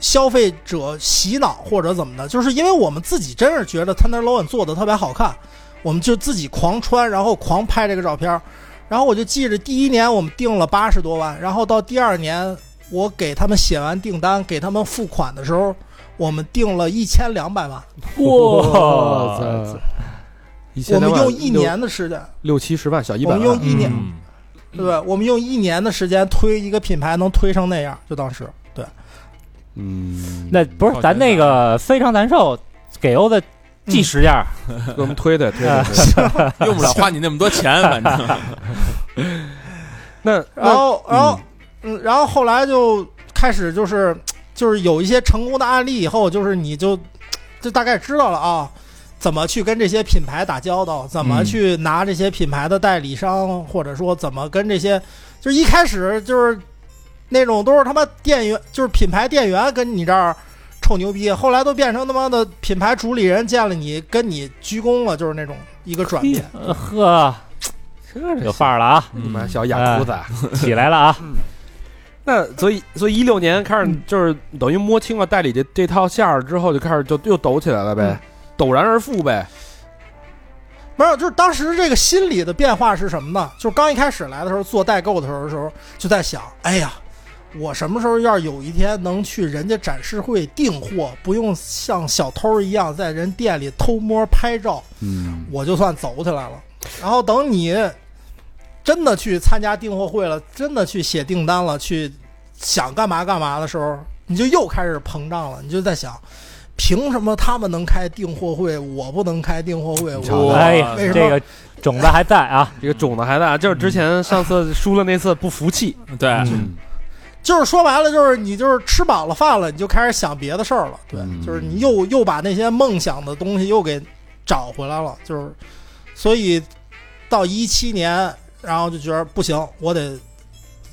消费者洗脑或者怎么的，就是因为我们自己真是觉得 Tenderloin 做的特别好看，我们就自己狂穿，然后狂拍这个照片儿。然后我就记着第一年我们定了八十多万，然后到第二年我给他们写完订单，给他们付款的时候，我们定了一千两百万，
哇塞！
我们用一年的时间，
六七十万小一
我
百
们
万
用，一年，
嗯
对吧？我们用一年的时间推一个品牌，能推成那样，就当时对，
嗯，
那不是
靠前
咱那
打
个非常难受，给欧的
嗯
计时件儿，
给我们推的推的。推的
用不了花你那么多钱，反正
那
然后
嗯
然后嗯，然后后来就开始就是就是有一些成功的案例以后，就是你就就大概知道了啊。怎么去跟这些品牌打交道？怎么
嗯
去拿这些品牌的代理商，或者说怎么跟这些，就是一开始就是那种都是他妈店员，就是品牌店员跟你这儿臭牛逼，后来都变成他妈的品牌主理人见了你跟你鞠躬了，就是那种一个转变。
呃呵，
这
有范儿了 啊，
你
嗯
嗯
妈小雅裤子啊，
起来了啊，
那所以所以一六年开始就是等于摸清了代理这这套线儿之后，就开始就又抖起来了呗，陡然而富呗。
没有，就是当时这个心理的变化是什么呢？就是刚一开始来的时候做代购的时候，时候就在想，哎呀，我什么时候要是有一天能去人家展示会订货，不用像小偷一样在人店里偷摸拍照，
嗯，
我就算走起来了。然后等你真的去参加订货会了，真的去写订单了，去想干嘛干嘛的时候，你就又开始膨胀了，你就在想，凭什么他们能开订货会，我不能开订货会？
瞧
我
哇
哎呀，
为什么
这个种子还在啊，
这个种子还在，就是之前上次输了那次不服气，
对，
嗯
就是说白了，就是你就是吃饱了饭了，你就开始想别的事儿了。对，
嗯
就是你又又把那些梦想的东西又给找回来了。就是，所以到一七年，然后就觉得不行，我得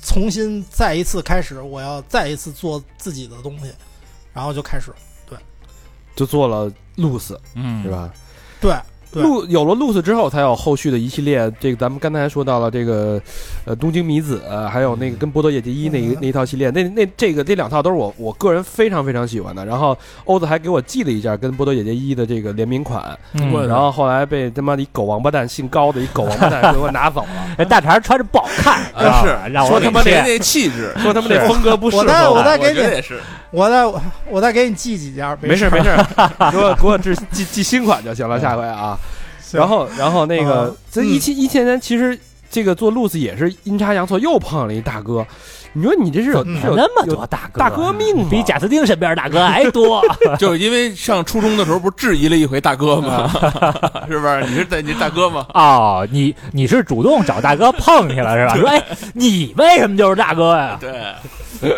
重新再一次开始，我要再一次做自己的东西。然后就开始
就做了 loose，
嗯
对？吧？
对对
路有了 loose 之后，才有后续的一系列，这个咱们刚才说到了这个，呃，东京米子，呃还有那个跟波多野结衣那一
嗯
那一套系列，那那这个这两套都是我我个人非常非常喜欢的。然后欧子还给我寄了一件跟波多野结衣的这个联名款，
嗯
然后后来被他妈的一狗王八蛋姓高的一狗王八蛋给我拿走了，
哎大肠穿着不好看，
啊
知道吧
是
让我
说
给
他妈那
贴
那气质，
说他们那风格不适
我再
合
我再给
我觉得
你，
也是，
我再我再给你寄几件儿，
没事
儿
没事， 给我给我寄寄寄新款就行了，下回啊。
行
然后然后那个
嗯
这一七一七年其实。这个做路子也是阴差阳错又碰了一大哥，你说你这是有
嗯
是有
那么
有
多大哥，
大哥命吗
啊
比贾斯汀身边大哥还 多。
就是因为上初中的时候不是质疑了一回大哥吗？是不是？你是在你是大哥吗？
哦，你你是主动找大哥碰去了是吧？说哎，你为什么就是大哥呀？
对，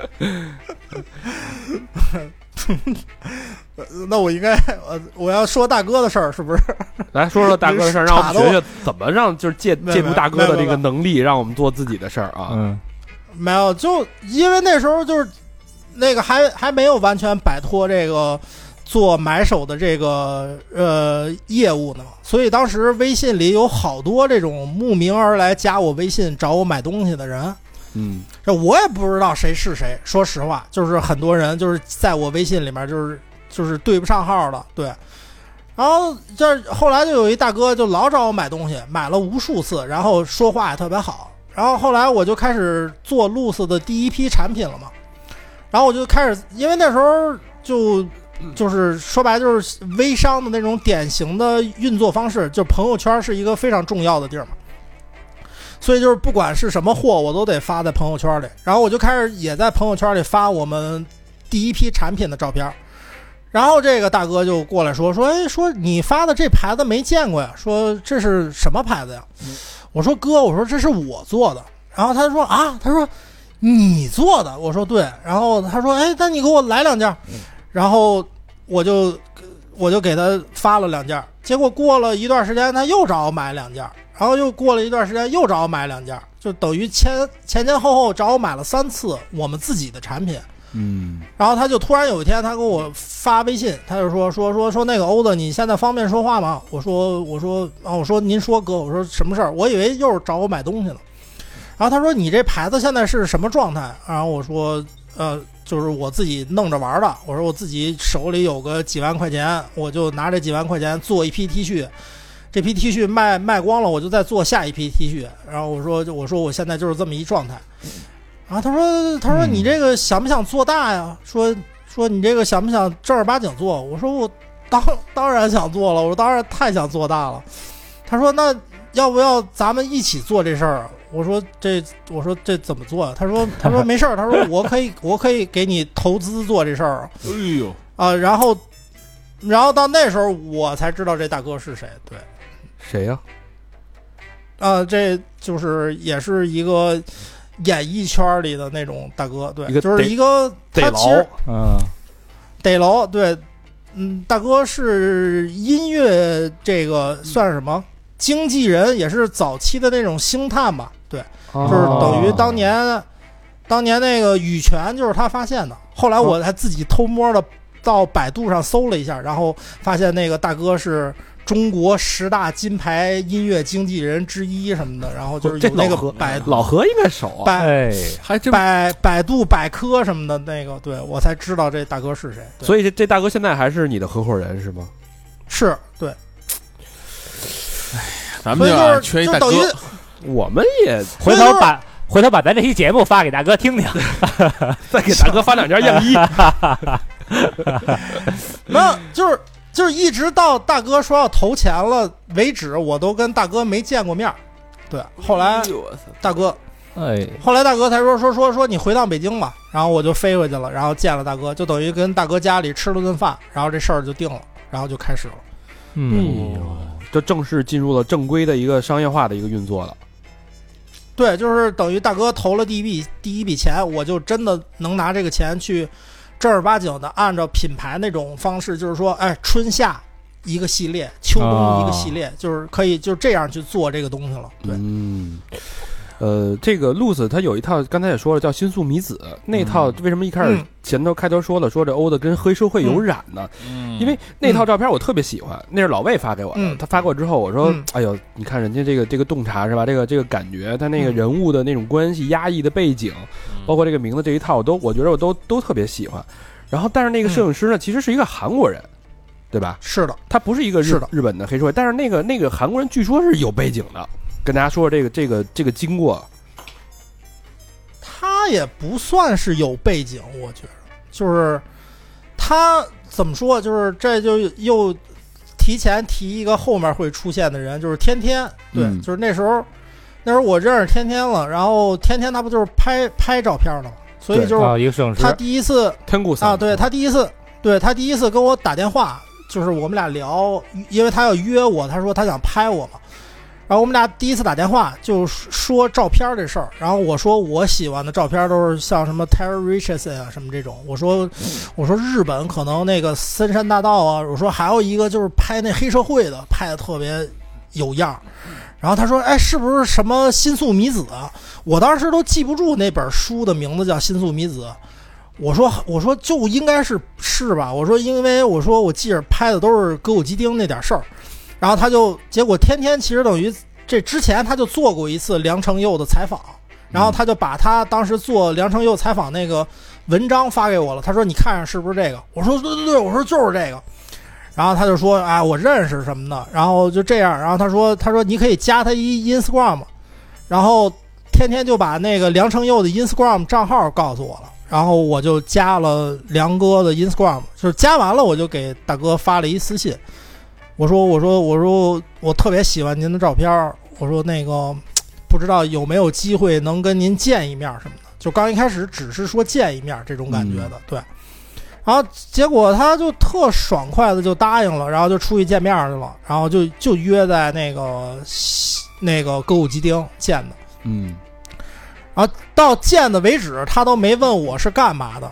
那我应该呃我要说大哥的事儿是不是？
来说说大哥的 事儿，
你
让我们
岔得我
学学怎么让就是借
没有
借助大哥的这
没有没
个
有
能力，让我们做自己的事儿啊。
嗯
没有，就因为那时候就是那个还还没有完全摆脱这个做买手的这个呃业务呢，所以当时微信里有好多这种慕名而来加我微信找我买东西的人。
嗯，
这我也不知道谁是谁，说实话，就是很多人就是在我微信里面就是就是对不上号了，对。然后这后来就有一大哥就老找我买东西，买了无数次，然后说话也特别好。然后后来我就开始做 loose 的第一批产品了嘛，然后我就开始，因为那时候就就是说白了就是微商的那种典型的运作方式，就朋友圈是一个非常重要的地儿嘛。所以就是不管是什么货，我都得发在朋友圈里。然后我就开始也在朋友圈里发我们第一批产品的照片儿。然后这个大哥就过来说说，哎，说你发的这牌子没见过呀？说这是什么牌子呀？我说哥，我说这是我做的。然后他说啊，他说你做的？我说对。然后他说，哎，那你给我来两件儿。然后我就我就给他发了两件儿，结果过了一段时间，他又找我买两件儿，然后又过了一段时间又找我买两件儿，就等于前前前后后找我买了三次我们自己的产品。
嗯，
然后他就突然有一天，他给我发微信，他就说说说说那个欧子，你现在方便说话吗？我说我说啊，我说您说哥，我说什么事儿？我以为又是找我买东西呢。然后他说你这牌子现在是什么状态？然后我说呃，就是我自己弄着玩儿的。我说我自己手里有个几万块钱，我就拿这几万块钱做一批 T 恤，这批 T 恤卖卖光了，我就再做下一批 T 恤。然后我说我说我现在就是这么一状态。然后他说他说
嗯
你这个想不想做大呀？说说你这个想不想正儿八经做？我说我当当然想做了，我说当然太想做大了。他说那要不要咱们一起做这事儿？我说这我说这怎么做呀？啊他说他 说没事儿，他说我可以我可以给你投资做这事儿
哎呦，
啊、然后然后到那时候我才知道这大哥是谁，对。
谁呀？
啊、这就是也是一个演艺圈里的那种大哥，对
一，个
就是
逮
一个
得
他其实
牢，
嗯
逮楼，对，嗯，大哥是音乐这个算是什么经纪人，也是早期的那种星探吧，对，
就
就是
哦
等于当年、当年那个羽泉就是他发现的，后来我还自己偷摸的到百度上搜了一下，然后发现那个大哥是。中国十大金牌音乐经纪人之一什么的，然后就是
这
有那
老
个
何
百
老何应该熟啊。
百
哎，
还真
百百度百科什么的那个，对我才知道这大哥是谁。对
所以这这大哥现在还是你的合伙人是吗？
是对，
咱
所
们
以
这
就
儿
是
啊
缺一
就
大
是等于
哥，
我们也
回头把回头把咱这期节目发给大哥听 听。
再给大哥发两件样衣。
哎没有，就是就是一直到大哥说要投钱了为止，我都跟大哥没见过面儿。对，后来
哎呦我操
大哥，
哎，
后来大哥才说说说说你回趟北京吧，然后我就飞回去了，然后见了大哥，就等于跟大哥家里吃了顿饭，然后这事儿就定了，然后就开始了。
嗯，
就正式进入了正规的一个商业化的一个运作了。
对，就是等于大哥投了第一笔第一笔钱，我就真的能拿这个钱去正儿八经的按照品牌那种方式，就是说，哎，春夏一个系嗯列，秋冬一个系列，就是可以就这样去做这个东西了。对，
嗯，呃，这个露丝她有一套，刚才也说了，叫《新宿米子》那套，为什么一开始
嗯
前头开头说了，说这欧的跟黑社会有染呢？
嗯
因为那套照片我特别喜欢，那是老魏发给我的。
嗯
他发过之后，我说：“
嗯
哎呦，你看人家这个这个洞察是吧？这个这个感觉，他那个
嗯
人物的那种关系、压抑的背景，包括这个名字这一套，我都我觉得我都都特别喜欢。然后，但是那
嗯
个摄影师呢，其实是一个韩国人，对吧？
是的，
他不是一个日
是的
日本的黑社会，但是那个那个韩国人据说是有背景的。跟大家说说这个这个这个经过，
他也不算是有背景，我觉得就是他怎么说，就是这就又提前提一个后面会出现的人，就是天天，对，
嗯
就是那时候那时候我认识天天了，然后天天他不就是拍拍照片了吗？所以
对
就是
啊，一个摄影师
他第一次
天谷桑
啊，对他第一次，对他第一次跟我打电话，就是我们俩聊，因为他要约我，他说他想拍我嘛，然后我们俩第一次打电话就说照片儿这事儿，然后我说我喜欢的照片都是像什么 Terry Richardson 啊什么这种，我说我说日本可能那个森山大道啊，我说还有一个就是拍那黑社会的，拍的特别有样儿。然后他说：“哎，是不是什么新宿米子啊？我当时都记不住那本书的名字叫《新宿米子》。我说：“我说就应该是是吧？我说因为我说我记着拍的都是歌舞伎町那点事儿。”然后他就结果天天其实等于这之前他就做过一次梁承佑的采访，然后他就把他当时做梁承佑采访那个文章发给我了。他说：“你看上是不是这个？”我说：“对对对，我说就是这个。”然后他就说：“啊、我认识什么的。”然后就这样，然后他说：“他说你可以加他一 Instagram。”然后天天就把那个梁承佑的 Instagram 账号告诉我了，然后我就加了梁哥的 Instagram，就是加完了我就给大哥发了一私信，我说：“我说我说我特别喜欢您的照片儿，我说那个不知道有没有机会能跟您见一面什么的。”就刚一开始只是说见一面这种感觉的，对。然后结果他就特爽快的就答应了，然后就出去见面去了，然后就就约在那个西那个歌舞伎町见的。
嗯，
到见的为止，他都没问我是干嘛的。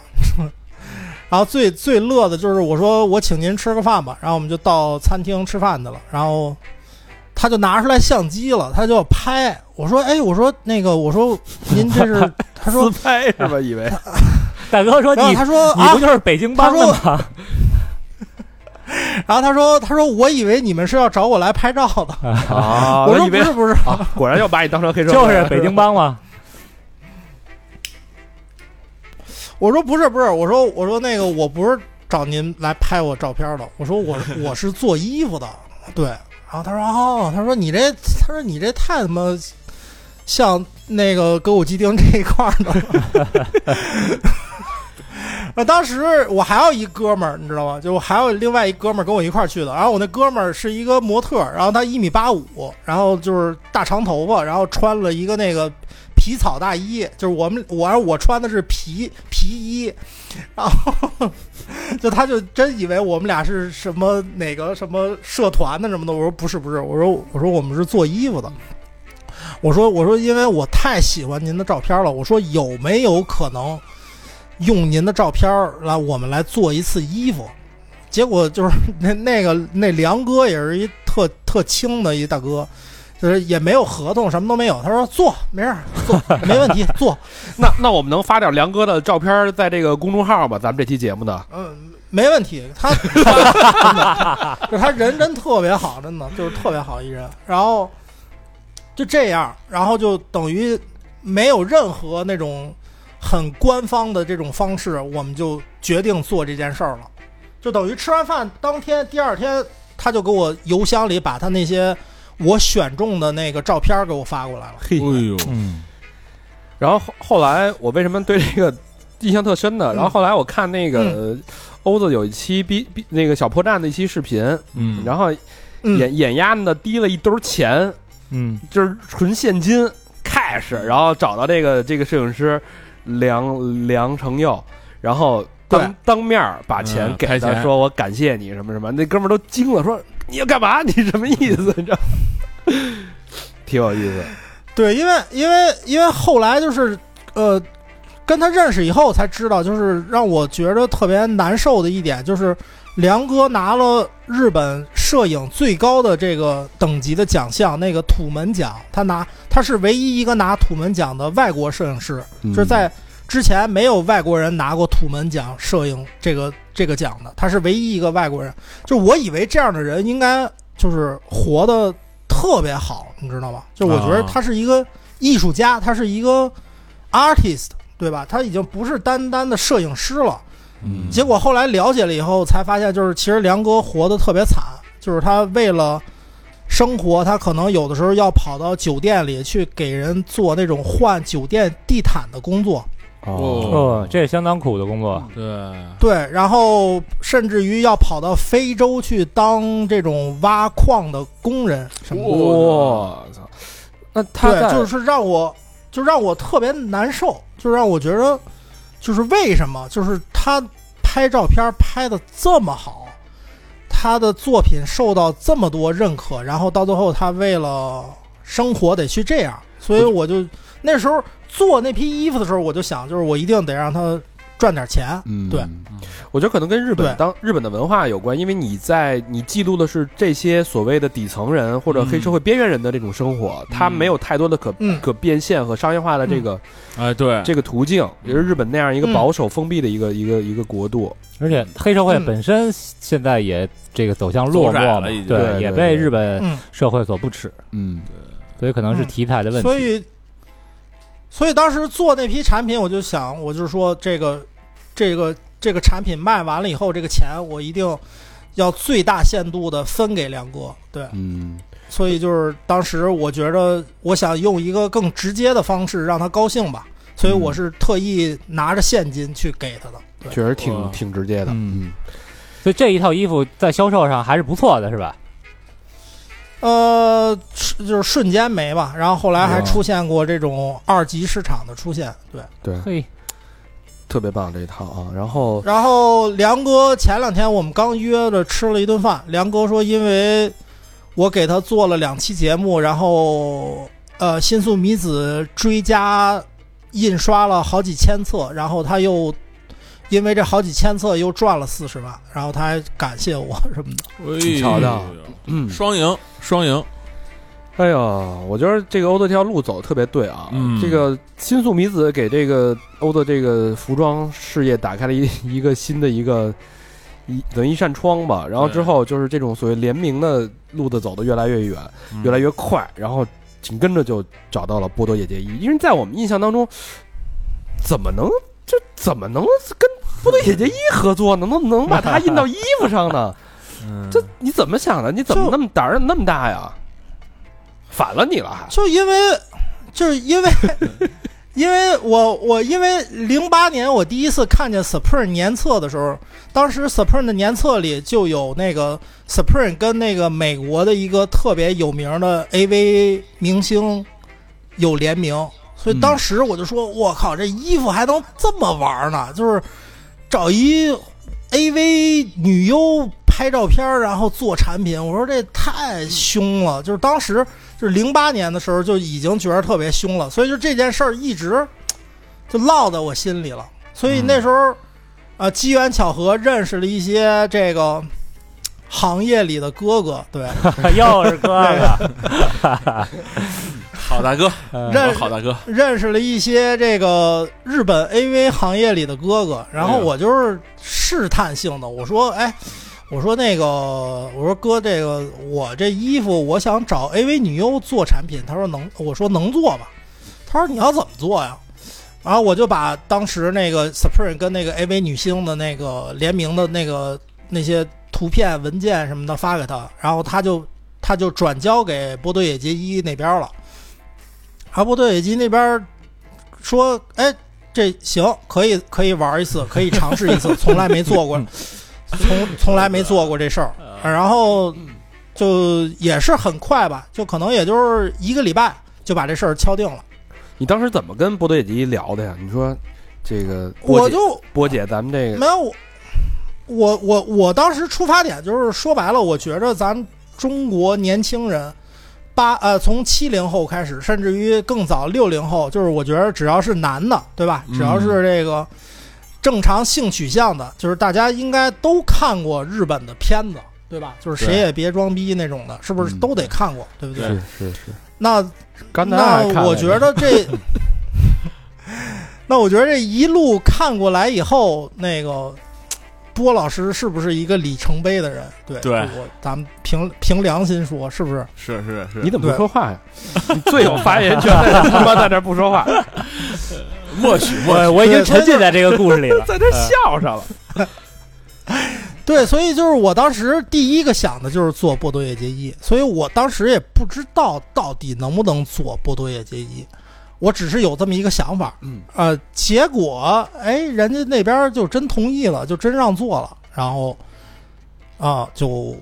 然后最最乐的就是我说我请您吃个饭吧，然后我们就到餐厅吃饭去了。然后他就拿出来相机了，他就要拍。我说哎，我说那个，我说您 这是？他说，
拍是吧？ 以为
大哥说
然后
你
他说
你
啊
不，就是北京帮的吗？
然后他说他说我以为你们是要找我来拍照的。
啊
我
我
说
以
不
为
是不是，
果然要把你当成黑社会，
就是北京帮嘛。
我说不是不是，我说我说那个我不是找您来拍我照片的，我说我我是做衣服的，对。然后他说哦，他说你这他说你这太他妈像那个歌舞伎町这一块儿的了。 啊，当时我还有一哥们儿，你知道吗？就我还有另外一哥们儿跟我一块儿去的。然后我那哥们儿是一个模特儿，然后他一米八五，然后就是大长头发，然后穿了一个那个皮草大衣，就是我们我我穿的是皮皮衣，然后 就他就真以为我们俩是什么哪个什么社团的什么的，我说不是不是，我说我说我们是做衣服的，我说我说因为我太喜欢您的照片了，我说有没有可能用您的照片来我们来做一次衣服？结果就是那那个那梁哥也是一特特轻的一大哥，就是也没有合同，什么都没有。他说做没事儿做没问题做，
那那我们能发点梁哥的照片在这个公众号吗？咱们这期节目的
嗯，没问题。他真的，就是他人真特别好，真的就是特别好一人。然后就这样，然后就等于没有任何那种很官方的这种方式，我们就决定做这件事儿了。就等于吃完饭当天，第二天他就给我邮箱里把他那些我选中的那个照片儿给我发过来了。
嘿
哎呦，
嗯，
然后后后来我为什么对这个 印象特深呢？
嗯
然后后来我看那个欧子有一期 B B 那个小破站的一期视频，
嗯
然后
嗯，
眼眼丫呢提了一兜钱，
嗯，
就是纯现金 cash，然后找到这个这个摄影师梁梁成佑，然后。当
对
当面儿把钱
嗯
给
开
他，
钱
说我感谢你什么什么，那哥们儿都惊了，说你要干嘛？你什么意思？ 你知道吗？挺有意思。
对，因为因为因为后来就是呃，跟他认识以后才知道，就是让我觉得特别难受的一点，就是梁哥拿了日本摄影最高的这个等级的奖项，那个土门奖，他拿他是唯一一个拿土门奖的外国摄影师，
嗯
嗯
就是在之前没有外国人拿过土门奖摄影这个这个奖的，他是唯一一个外国人。就我以为这样的人应该就是活得特别好，你知道吗？就我觉得
啊
他是一个艺术家，他是一个 artist，对吧？他已经不是单单的摄影师了。
嗯
结果后来了解了以后，才发现就是其实梁哥活得特别惨，就是他为了生活，他可能有的时候要跑到酒店里去给人做那种换酒店地毯的工作，
哦，这也相当苦的工作。
对，
对，然后甚至于要跑到非洲去当这种挖矿的工人什么的。啊
我操！那哦他
对，
在
就是让我，就让我特别难受，就让我觉得，就是为什么，就是他拍照片拍的这么好，他的作品受到这么多认可，然后到最后他为了生活得去这样，所以我就那时候做那批衣服的时候，我就想，就是我一定得让他赚点钱，
嗯
对
我觉得可能跟日本
对
当日本的文化有关，因为你在你记录的是这些所谓的底层人或者黑社会边缘人的这种生活，他没有太多的可
嗯
可变现和商业化的这个
哎对，
这个途径，也是日本那样一个
嗯
保守封闭的一个一个一个国度。
而且黑社会本身现在也这个走向落
走窄
寞嘛
了已，经
对对
也
对
被
对
日本
嗯。
社会所不耻，
嗯，
所以可能是
嗯
题材的问
所
题。
以，所以当时做那批产品，我就想，我就是说这个这个这个产品卖完了以后，这个钱我一定要最大限度的分给梁哥。对，
嗯，
所以就是当时我觉得，我想用一个更直接的方式让他高兴吧，所以我是特意拿着现金去给他的。对，
确实挺
哇
挺直接的。
嗯，所以这一套衣服在销售上还是不错的，是吧？
呃，是就是瞬间没吧，然后后来还
哇
出现过这种二级市场的出现。对。
嘿，
特别棒这一套啊！然后
然后梁哥前两天我们刚约着吃了一顿饭，梁哥说因为我给他做了两期节目，然后呃新宿米子追加印刷了好几千册，然后他又因为这好几千册又赚了四十万，然后他还感谢我什么的。
你
瞧瞧，嗯，
哎双赢双赢，
哎呀，我觉得这个欧德这条路走得特别对啊！
嗯
这个新宿米子给这个欧德这个服装事业打开了一 一个新的一个一等于一扇窗吧。然后之后就是这种所谓联名的路子走得越来越远，越来越快，然后紧跟着就找到了波多野结衣。因为在我们印象当中，怎么能这怎么能跟波多野结衣合作呢？能能把它印到衣服上呢？
嗯
这你怎么想的？你怎么那么胆儿那么大呀？反了你了还？
就因为，就是因为，因为我我因为零八年我第一次看见 Supreme 年册的时候，当时 Supreme 的年册里就有那个 Supreme 跟那个美国的一个特别有名的 AV 明星有联名，所以当时我就说，我靠，这衣服还能这么玩呢？就是找一 AV 女优拍照片儿，然后做产品，我说这太凶了。就是当时就是零八年的时候就已经觉得特别凶了，所以就这件事儿一直就落在我心里了。所以那时候，呃，机缘巧合认识了一些这个行业里的哥哥，对，
又是哥哥，
好大哥，
嗯
认
好大哥，
认识了一些这个日本 AV 行业里的哥哥，然后我就是试探性的，我说，哎，我说那个，我说哥，这个我这衣服我想找 AV 女优做产品，他说能，我说能做吧，他说你要怎么做呀？然后我就把当时那个 Supreme 跟那个 AV 女星的那个联名的那个那些图片、文件什么的发给他，然后他就他就转交给波多野结衣那边了。阿波多野鸡那边说：“哎，这行，可以可以玩一次，可以尝试一次，从来没做过， 从从来没做过这事儿。”啊然后就也是很快吧，就可能也就是一个礼拜就把这事儿敲定了。
你当时怎么跟波多野结衣聊的呀？你说这个波
我
姐，
就
波姐，咱们这个
没有我我我我当时出发点就是说白了，我觉着咱中国年轻人八呃，从七零后开始，甚至于更早六零后，就是我觉得只要是男的，对吧？
嗯
只要是这个正常性取向的，就是大家应该都看过日本的片子，对吧？就是谁
对
也别装逼那种的，是不是
嗯
都得看过，对不对？
是是是，
那
刚才
啊
还看
那
了
我觉得 这，那我觉得这一路看过来以后，那个波老师是不是一个里程碑的人？对，
对
我咱们凭凭良心说，是不是？
是是是，
你怎么不
对
说话呀？你最有发言权的他妈在这儿不说话，
默许默许
我我已经
对他
沉浸在这个故事里了，
在这儿笑上了。
对，所以就是我当时第一个想的就是做波多野结衣，所以我当时也不知道到底能不能做波多野结衣，我只是有这么一个想法，
嗯，
呃，结果哎，人家那边就真同意了，就真让做了，然后啊、就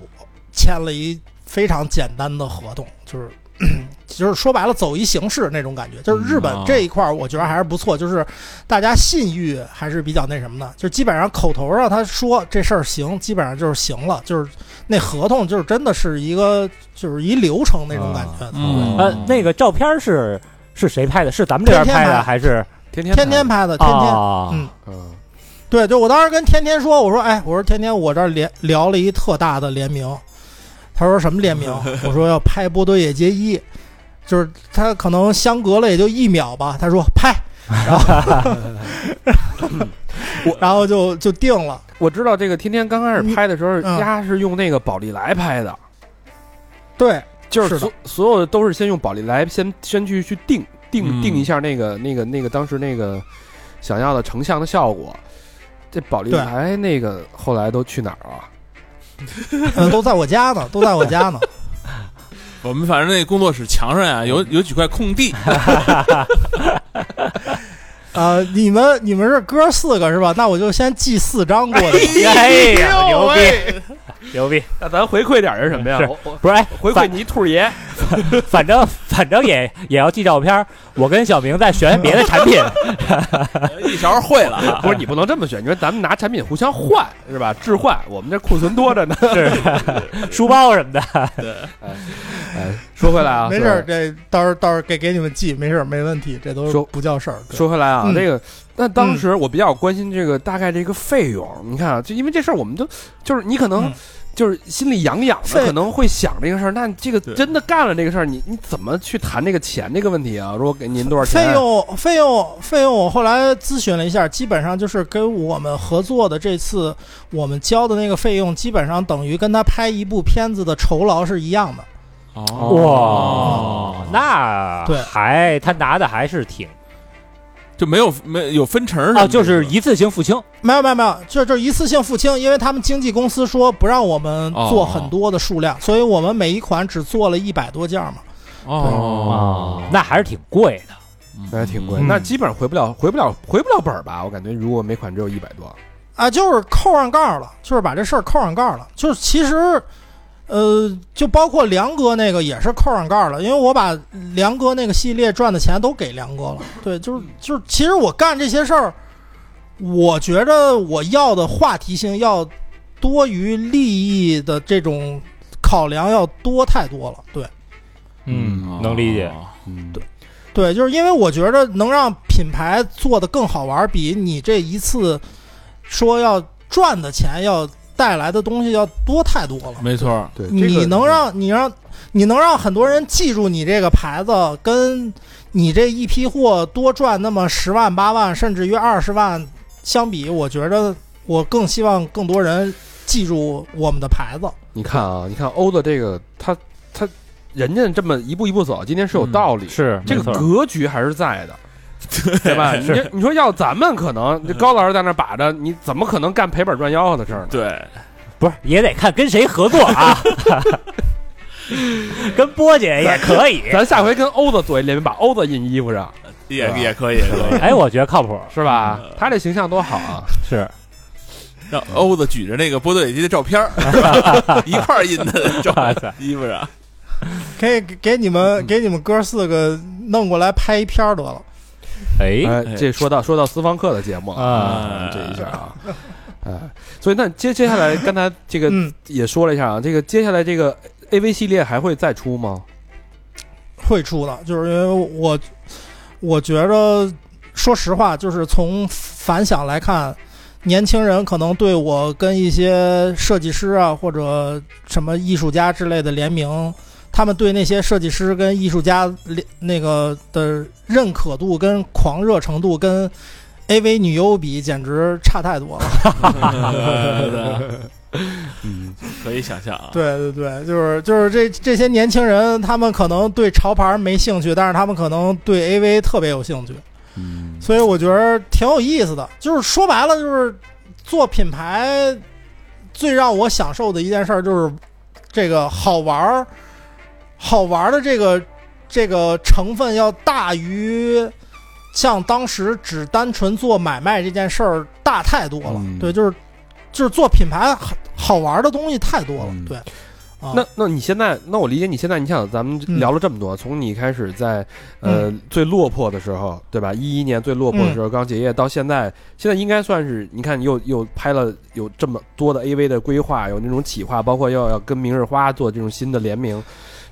签了一非常简单的合同，就是。 就是说白了，走一形式那种感觉，就是日本
嗯啊
这一块儿，我觉得还是不错。就是大家信誉还是比较那什么的，就基本上口头上他说这事儿行，基本上就是行了。就是那合同，就是真的是一个就是一流程那种感觉。
啊
嗯
呃，那个照片是是谁拍的？是咱们这边
天天
拍的
拍
还是
天
天天拍的，天天
啊？
嗯
嗯，
对，就我当时跟天天说，我说，哎，我说天天，我这儿联聊了一特大的联名，他说什么 联名？我说要拍波多野结衣，就是他可能相隔了也就一秒吧，他说 拍，然后然后就就定了，
我知道这个天天刚开始拍的时候，
嗯
丫是用那个宝丽来拍的，
对，
就是
的
所所有的都是先用宝丽来先先去去定定
嗯
定一下那个那个那个当时那个想要的成像的效果。这宝丽来那个后来都去哪儿了？
嗯，都在我家呢，都在 我家呢，
我们反正那工作室墙上呀，有有几块空地，
呃，你们你们是哥四个是吧？那我就先寄四张过去，
哎呀，牛逼，牛逼！
那咱回馈点儿是什么呀
是
我我
不是，哎，
回馈你兔爷，
反正反正也也要寄照片儿。我跟小明在选别的产品，
一勺会了啊。
不是你不能这么选，你说咱们拿产品互相换是吧？置换，我们这库存多着呢。
是书包什么的。
哎，说回来啊，
没事儿，这到时候到时候给给你们寄，没事儿没问题，这都是
说
不叫事儿，对
说回来啊，
嗯
这个，那当时我比较关心这个大概这个费用。你看啊，就因为这事儿，我们都就是你可能
嗯
就是心里痒痒的，
费
可能会想这个事儿。那这个
对
真的干了这个事儿，你你怎么去谈这个钱这个问题啊？如果给您多少钱？
费用费用费用，我后来咨询了一下，基本上就是跟我们合作的这次我们交的那个费用，基本上等于跟他拍一部片子的酬劳是一样的。
哦
哇，那
对
还他拿的还是挺
就没有没有分成
哦，就是一次性付清。
没有没有没有，就就一次性付清，因为他们经纪公司说不让我们做很多的数量，所以我们每一款只做了一百多件嘛。
哦，
啊那还是挺贵的。
那还挺贵，
嗯
那基本上回不了，回不了，回不了本儿吧？我感觉如果每款只有一百多，
啊，就是扣上杠了，就是把这事儿扣上杠了。就是其实，呃，就包括梁哥那个也是扣上杠了，因为我把梁哥那个系列赚的钱都给梁哥了。对，就是就是，其实我干这些事儿，我觉着我要的话题性要多于利益的这种考量要多太多了。对
哦
嗯，能理解。
嗯，
对，就是因为我觉着能让品牌做的更好玩儿，比你这一次说要赚的钱要带来的东西要多太多了。
没错，
对，这个
你能让你让你能让很多人记住你这个牌子，跟你这一批货多赚那么十万八万，甚至于二十万相比，我觉得我更希望更多人记住我们的牌子。
你看啊，你看欧子这个，他他人家这么一步一步走，今天是有
嗯
道理，
是
这个格局还是在的。 对吧？你这你说要咱们可 能，这高老师在那儿把着，你怎么可能干赔本赚吆喝的 事儿呢？
对，
不是也得看跟谁合作啊？跟波姐也可以。
咱下回跟欧子做一联名，把欧子印衣服上，
也也可以，也可以。
哎，我觉得靠谱。
是吧
嗯？
他这形象多好啊！
是，
让欧子举着那个波多野结衣的照片儿，一块儿印的照
哇塞
衣服上。
可以给给你们给你们哥四个弄过来拍一片儿得了。
哎，
哎，这说到说到私房课的节目了
啊
这一下啊， 哎，所以那接接下来刚才这个
嗯，
也说了一下啊，这个接下来这个 A V 系列还会再出吗？
会出的，就是因为我我觉着，说实话，就是从反响来看，年轻人可能对我跟一些设计师啊或者什么艺术家之类的联名，他们对那些设计师跟艺术家联那个的认可度跟狂热程度跟 AV 女优比，简直差太多了。
嗯，
呃可以想象啊。
对对对，就是就是这这些年轻人，他们可能对潮牌没兴趣，但是他们可能对 AV 特别有兴趣，
嗯，
所以我觉得挺有意思的。就是说白了，就是做品牌最让我享受的一件事儿，就是这个好玩儿，好玩儿的这个这个成分要大于。像当时只单纯做买卖这件事儿大太多了，
嗯
对，就是就是做品牌好好玩的东西太多了，
嗯
对。啊
那那你现在，那我理解你现在，你想咱们
嗯
聊了这么多，从你开始在呃最落魄的时候，对吧？一一年最落魄
嗯
的时候，刚结业到现在，现在应该算是你看又又拍了有这么多的 AV 的规划，有那种企划，包括要要跟明日花做这种新的联名，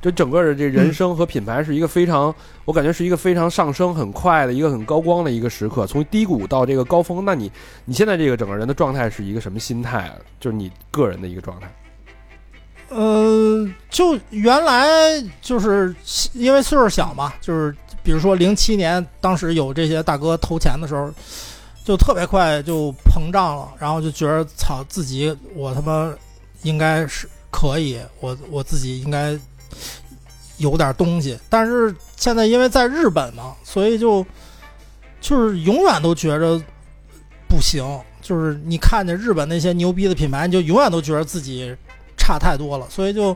这整个的
嗯
这人生和品牌是一个非常，我感觉是一个非常上升很快的一个很高光的一个时刻，从低谷到这个高峰。那你你现在这个整个人的状态是一个什么心态啊？就是你个人的一个状态。
呃，就原来就是因为岁数小嘛，就是比如说零七年，当时有这些大哥投钱的时候，就特别快就膨胀了，然后就觉得操自己我他妈应该是可以，我我自己应该有点东西。但是现在因为在日本嘛，所以就就是永远都觉着不行。就是你看见日本那些牛逼的品牌，你就永远都觉得自己差太多了，所以就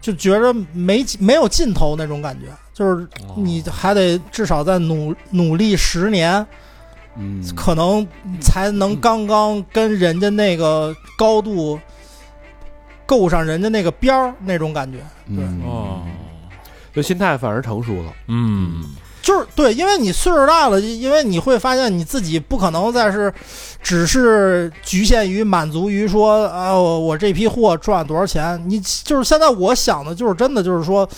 就觉着没没有尽头那种感觉，就是你还得至少再努努力十年，
嗯，
可能才能刚刚跟人家那个高度够上人家那个边儿那种感觉。
嗯
哦，
就心态反而成熟了。
嗯，
就是对，因为你岁数大了，因为你会发现你自己不可能再是，只是局限于满足于说啊，我我这批货赚多少钱。你就是现在我想的就是真的就是说，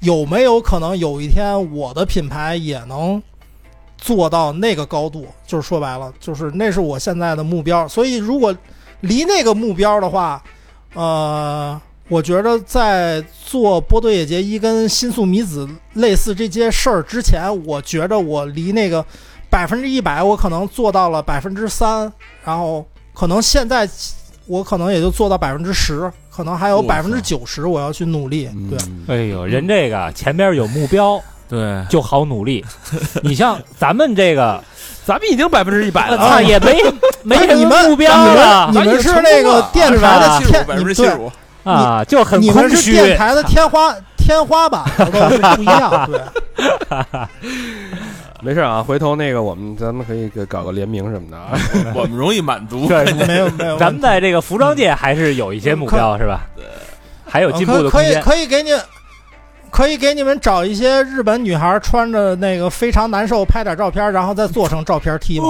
有没有可能有一天我的品牌也能做到那个高度？就是说白了，就是那是我现在的目标。所以如果离那个目标的话，呃，我觉得在做波多野结衣跟新宿米子类似这些事儿之前，我觉着我离那个百分之一百，我可能做到了百分之三，然后可能现在我可能也就做到百分之十，可能还有
哇
百
塞嗯
分之九十我要去努力。嗯对，
哎呦，人这个前边有目标
对，
就好努力。你像咱们这个，
咱们已经百分之一百
哎
我
了，
啊
操，也没没
哎
什
你
么
们
目标了
你们是那个电
是
台
吧
七
的
十
天
五，啊百分
你
之七十
们对，
五，
啊，就很
你
空
们是电
虚。
台的 天花天花板，我都是不一样。 对，
没事啊。回头那个我们咱们可以给搞个联名什么的
哎
啊。
我们容易满足。啊
这
没有没有，
咱们在这个服装界还是有一些目标，是吧？还有进步的空
嗯可以
间。
可以给你，可以给你们找一些日本女孩穿着那个非常难受，拍点照片，然后再做成照片 T 嘛。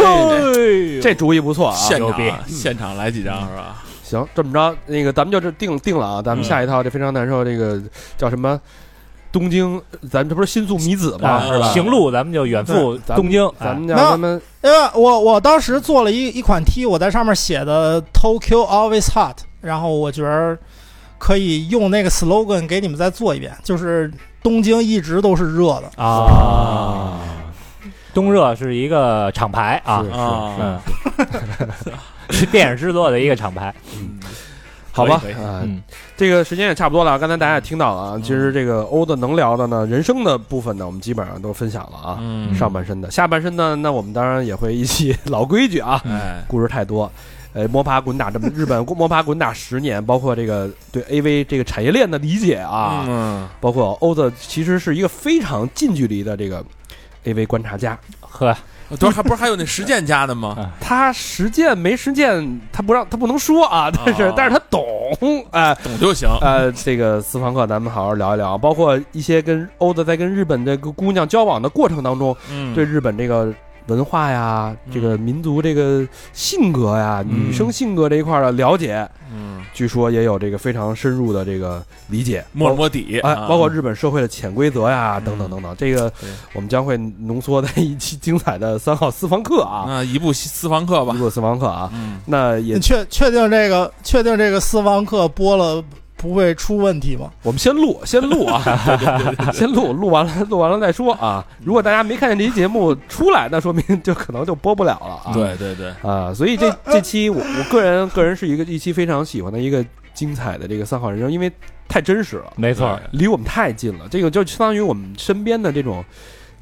哎
这主意不错啊。
现
牛逼
场现场来几张是吧？
行，这么着，那个咱们就这定定了啊。咱
嗯
们下一套这非常难受，这个叫什么？东京，咱们这不是新宿米子吗？
啊
是吧
行路咱们就远赴
咱们
东京，
咱们
啊
叫
那
咱们
因为我我当时做了一一款 T，我在上面写的 Tokyo Always Hot，然后我觉得可以用那个 slogan 给你们再做一遍，就是东京一直都是热的。
啊，东热是一个厂牌啊
是，
嗯， 是电影制作的一个厂牌，
嗯，
好吧
可以可以
啊，
嗯，
这个时间也差不多了，刚才大
嗯
家也听到了啊。其实这个欧的能聊的呢，人生的部分呢，我们基本上都分享了啊。
嗯
上半身的，下半身呢，那我们当然也会一起老规矩啊，
哎，
故事太多。呃，摸爬滚打这么日 本摸爬滚打十年，包括这个对 AV 这个产业链的理解啊，
嗯，
包括欧子其实是一个非常近距离的这个 AV 观察家。
呵，
对，还不是还有那实践家的吗？
他实践没实践，他不让他不能说啊，但是、
哦
但是他懂哎。
懂就行。
呃，这个私房课咱们好好聊一聊，包括一些跟欧子在跟日本这个姑娘交往的过程当中，
嗯，
对日本这个文化呀、这个
嗯
民族这个性格呀、
嗯
女生性格这一块儿的了解，
嗯，
据说也有这个非常深入的这个理解，
摸了摸底，
哎，
啊
包括日本社会的潜规则呀，
嗯
等等等等，这个
对
我们将会浓缩在一期精彩的三号私房课啊，
那一部私房课吧
一，部私房课啊，
嗯，
那也
你确确定这个确定这个私房课播了不会出问题吗？
我们先录，先录 啊，先录，录完了，录完了再说啊。如果大家没看见这期节目出来，那说明就可能就播不了了啊。
嗯对对对，
啊，所以这这期我我个人个人是一个一期非常喜欢的一个精彩的这个三好人生，因为太真实了，啊
没错，
离我们太近了。这个就相当于我们身边的这种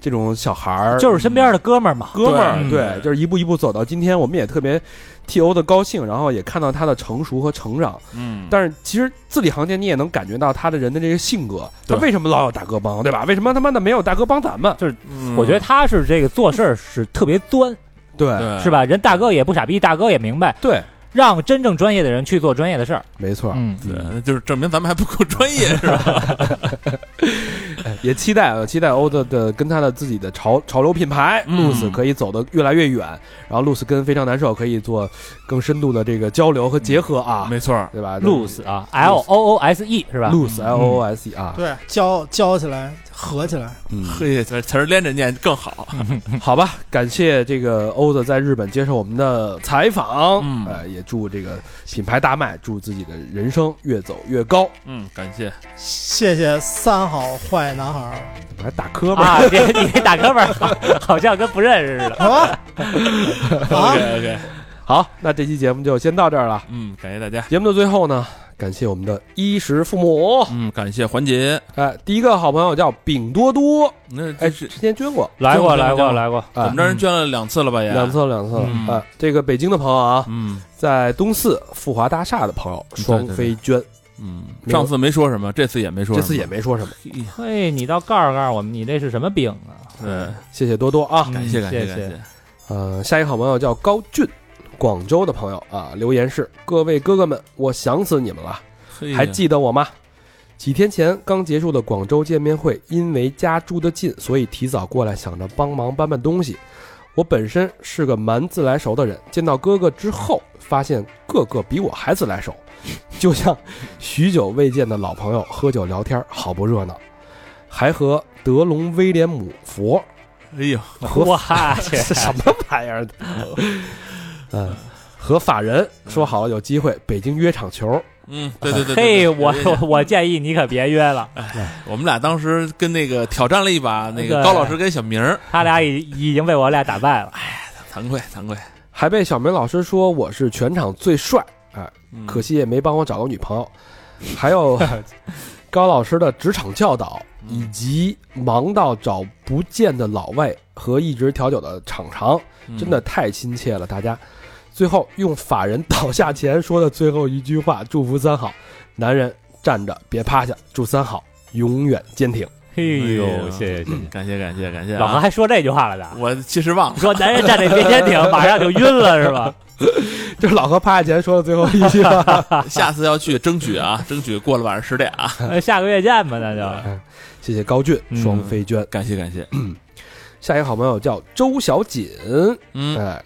这种小孩儿，
就是身边的哥们儿嘛。
哥们儿，
对
对，嗯就是一步一步走到今天，我们也特别替欧的高兴，然后也看到他的成熟和成长。
嗯，
但是其实字里行间你也能感觉到他的人的这个性格，他
对
为什么老有大哥帮，对吧？为什么他妈的没有大哥帮咱们？
嗯嗯
我觉得他是这个做事儿是特别钻，
对
对
是？吧？人大哥也不傻逼，大哥也明白，
对，
让真正专业的人去做专业的事儿。
没错，
嗯，
对，那就是证明咱们还不够专业，是吧？
也期待啊，期待欧的的跟他的自己的潮潮流品牌
嗯
Loose 可以走得越来越远，然后 Loose 跟非常难受可以做更深度的这个交流和结合啊，
没错儿，
对吧
，loose 啊，L O O S E 是吧？
？Loose L O O S E 啊，
对，教教起来合起来，
嗯
嘿，词词儿连着念更好，
好吧，感谢这个欧子在日本接受我们的采访，
嗯
呃，也祝这个品牌大卖，祝自己的人生越走越高。
嗯，感谢，
谢谢三好坏男孩儿。
还打磕巴，
啊， 你你这大哥们儿好 好像跟不认识 似的。
啊啊！
OK，
好，那这期节目就先到这儿了。
嗯，感谢大家，
节目的最后呢，感谢我们的衣食父母，
嗯，感谢环节，
哎，第一个好朋友叫饼多多，
那这
哎，
是
之前捐过，哎嗯
来过，
这么
来
嗯这
过，
么
来过。
怎么着？人捐了两次了吧？也
两，次了，两次了，
嗯
哎，这个北京的朋友啊，
嗯
在东四富华大厦的朋友双飞捐，
嗯，
没有
上次没说什么，这次也没说
这
什么，
次也没说什么，
嘿，
嘿，你倒告诉告诉我们，你这是什么饼啊？
对，
嗯谢谢多多啊。
感谢
嗯
感
谢
感
谢
谢，
呃，下一个好朋友叫高俊，广州的朋友啊，留言是：各位哥哥们，我想死你们了，
嘿
还记得我吗？几天前刚结束的广州见面会，因为家住得近，所以提早过来想着帮忙搬搬东西。我本身是个蛮自来熟的人，见到哥哥之后，发现个个比我还自来熟，就像许久未见的老朋友喝酒聊天，好不热闹。还和德隆威廉姆佛
哎呦，
和，
哇去
是什么玩意儿？嗯，和法人说好了有机会北京约场球，
嗯，对对对，对
嘿，
对
我
对对
我我建议你可别约了，
我们俩当时跟那个挑战了一把，那个
对
高老师跟小明儿，
他俩已已经被我俩打败了。
惭愧惭愧，
还被小明老师说我是全场最帅，哎
嗯
可惜也没帮我找个女朋友。还有高老师的职场教导，以及忙到找不见的老外和一直调酒的厂长，
嗯
真的，太亲切了，大家。最后用法人倒下前说的最后一句话，祝福三好，男人站着别趴下，祝三好永远坚挺。
嘿
哎呦
呦，谢谢谢
嗯
谢。
感谢感谢感谢啊，
老何还说这句话了呢，
我其实忘了，
说男人站这边坚挺，马上就晕了是吧？
这是老何趴下前说的最后一句话。
下次要去争取啊，争取过了晚上十点啊，
那呃下个月见吧，那就
谢谢高俊
哎嗯
双飞娟，
感谢感谢，
下一个好朋友叫周小锦，
嗯，
哎，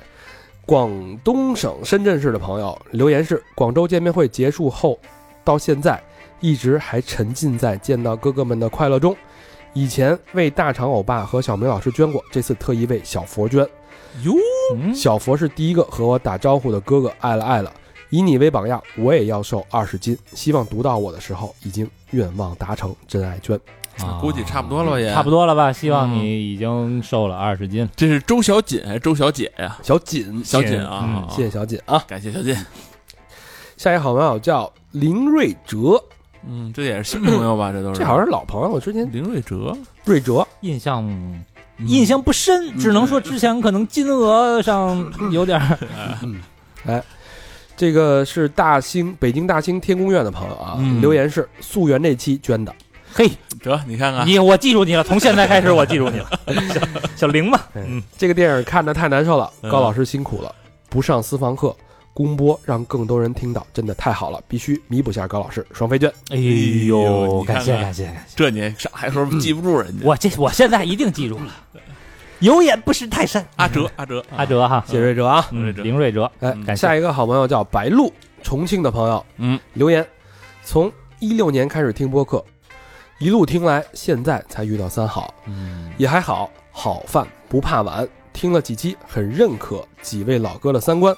广东省深圳市的朋友留言是：广州见面会结束后到现在，一直还沉浸在见到哥哥们的快乐中。以前为大长欧巴和小明老师捐过，这次特意为小佛捐。
哟，
嗯
小佛是第一个和我打招呼的哥哥，爱了爱了。以你为榜样，我也要瘦二十斤。希望读到我的时候，已经愿望达成，真爱捐。
估计差不多了吧也，
差不多了吧？希望
嗯
你已经瘦了二十斤。
这是周小锦还是周小姐呀？
小锦，
小锦
谢
啊，
嗯
谢谢小锦啊！
感谢小锦，
下一个好朋友叫林瑞哲，
嗯，这也是新朋友吧？这都是
这好像是老朋友，我之前
林瑞哲，
瑞哲
印象
嗯
印象不深，只能说之前可能金额上有点儿
这个是大兴北京大兴天宫院的朋友啊，
嗯
留言是溯源这期捐的，
嘿，
哲，你看看，
你我记住你了，从现在开始我记住 你了，小小玲嘛，
哎这个电影看着太难受了，
嗯
高老师辛苦了，不上私房课，公播让更多人听到，真的太好了，必须弥补下高老师双飞捐，
哎
呦
呦，
你看
感谢
看
感谢感谢，
这你上来时候记不住人家，
我这我现在一定记住了。有眼不识泰山。
阿哲，阿哲，
阿，哲哈，
谢瑞哲啊，
嗯
瑞哲
林瑞哲，
哎
嗯，
感谢
下一个好朋友叫白露，重庆的朋友
嗯，
留言，从一六年开始听播客，一路听来，现在才遇到三好，
嗯，
也还好，好饭不怕晚，听了几期，很认可几位老哥的三观，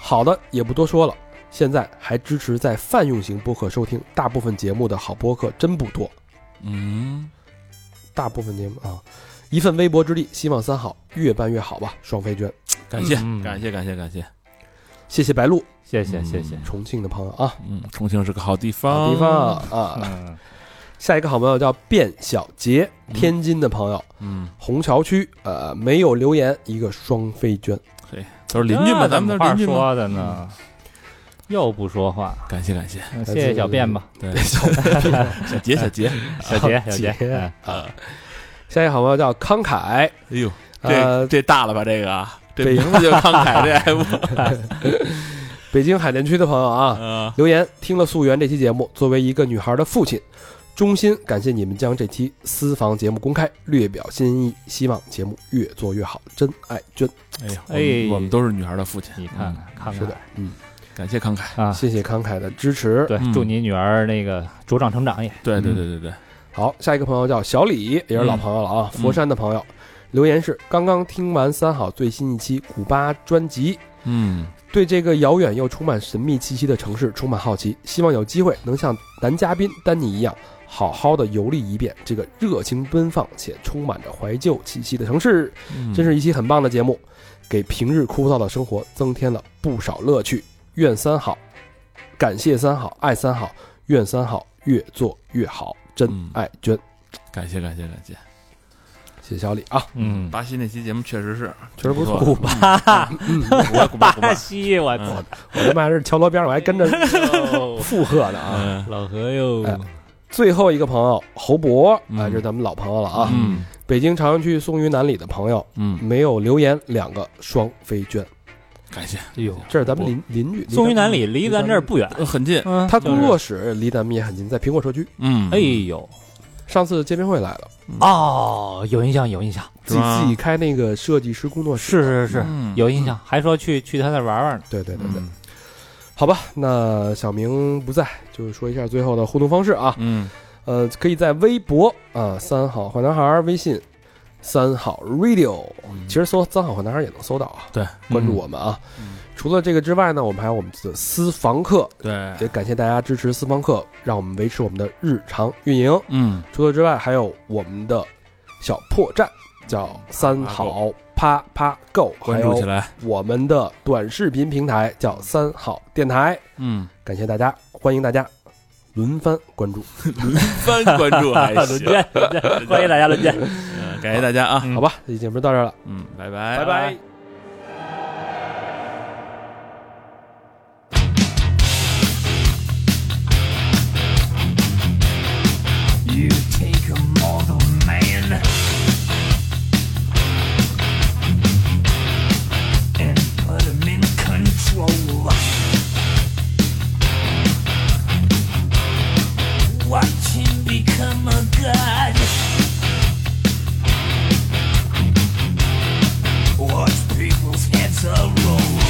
好的也不多说了。现在还支持在泛用型播客收听，大部分节目的好播客真不多，
嗯，
大部分节目啊，一份微薄之力，希望三好越办越好吧，双飞娟，
感谢，
嗯
感谢，感谢，感谢，
谢谢白露，
谢谢
嗯
谢谢。
重庆的朋友啊，
嗯，重庆是个好地方，
好地方，
哦
啊。
嗯，
下一个好朋友叫卞小杰，
嗯
天津的朋友，
嗯，
虹桥区，呃，没有留言，一个双飞娟，
都是邻居
那
们，咱们
啊
都
怎么
是邻居
话
嘛，
说的呢，又不说话，
感谢，感谢，
嗯谢谢小便吧，
对，小杰，小杰，
小杰小杰，
杰
哎
啊，
下一个好朋友叫康凯，
哎呦，这
呃，
这大了吧？这个啊，这
北
名字就慷慨，这还不，
北京海淀区的朋友啊，
啊，
留言听了《溯源》这期节目，作为一个女孩的父亲，衷心感谢你们将这期私房节目公开，略表心意，希望节目越做越好，真爱娟，
哎呀，我
哎
们我们都是女孩的父亲，
你看看看
是的
看，
嗯，
感谢慷慨，
啊，
谢谢康凯的支持。
对
嗯，
祝你女儿那个茁壮成长也，
对对对对对，
好，下一个朋友叫小李，也是老朋友了啊，
嗯
佛山的朋友，留言是刚刚听完三好最新一期古巴专辑，
嗯，
对这个遥远又充满神秘气息的城市充满好奇，希望有机会能像男嘉宾丹尼一样，好好的游历一遍这个热情奔放且充满着怀旧气息的城市。
嗯
真是一期很棒的节目，给平日枯燥的生活增添了不少乐趣。愿三好，感谢三好，爱三好，愿三好越做越好。真
嗯
爱娟，
感谢感谢感谢。
谢谢小李啊，
嗯，
巴西那期节目确实是，
确实不错。
古
巴
巴古巴古巴
巴，西，我操
嗯，
我他妈还是桥罗边上，我还跟着
哟
附和呢啊。
嗯
老何哟，
哎 最后一个朋友侯博
嗯
啊，这是咱们老朋友了啊。
嗯
北京朝阳区松榆南里的朋友
嗯，
没有留言，两个双飞娟，
感谢，
哎呦，
这是咱们邻邻居。
松榆南里离咱这儿不远，
呃很近，
嗯，
他工作室离咱们也很近，在苹果社区。
嗯，
哎，呦，
上次见面会来了，
哦，有印象有印象，
自
是
己
吗
自己开那个设计师工作室。
是是是，
嗯
有印象，还说去去他那儿玩 玩呢，
对对对对，
嗯
好吧，那小明不在，就说一下最后的互动方式啊。
嗯，
呃，可以在微博啊、三好坏男孩儿”微信三好 radio，其实搜“三好坏男孩”也能搜到啊，
嗯对，
关注
嗯，
我们啊。
嗯
除了这个之外呢，我们还有我们的私房课，也
对，
感谢大家支持私房课，让我们维持我们的日常运营。
嗯，
除此之外，还有我们的小破站，叫三好啪啪 Go，
关注起来，
还有我们的短视频平台叫三好电台。
嗯，
感谢大家，欢迎大家轮番关注，
翻 关注还
轮
行，
奸，轮奸欢 迎大家轮奸。
嗯感谢大家啊，
好吧？这期节目到这儿了，
嗯，拜拜，
拜拜。
You take a mortal man and put him in control. Watch him become a god. Watch people's heads roll.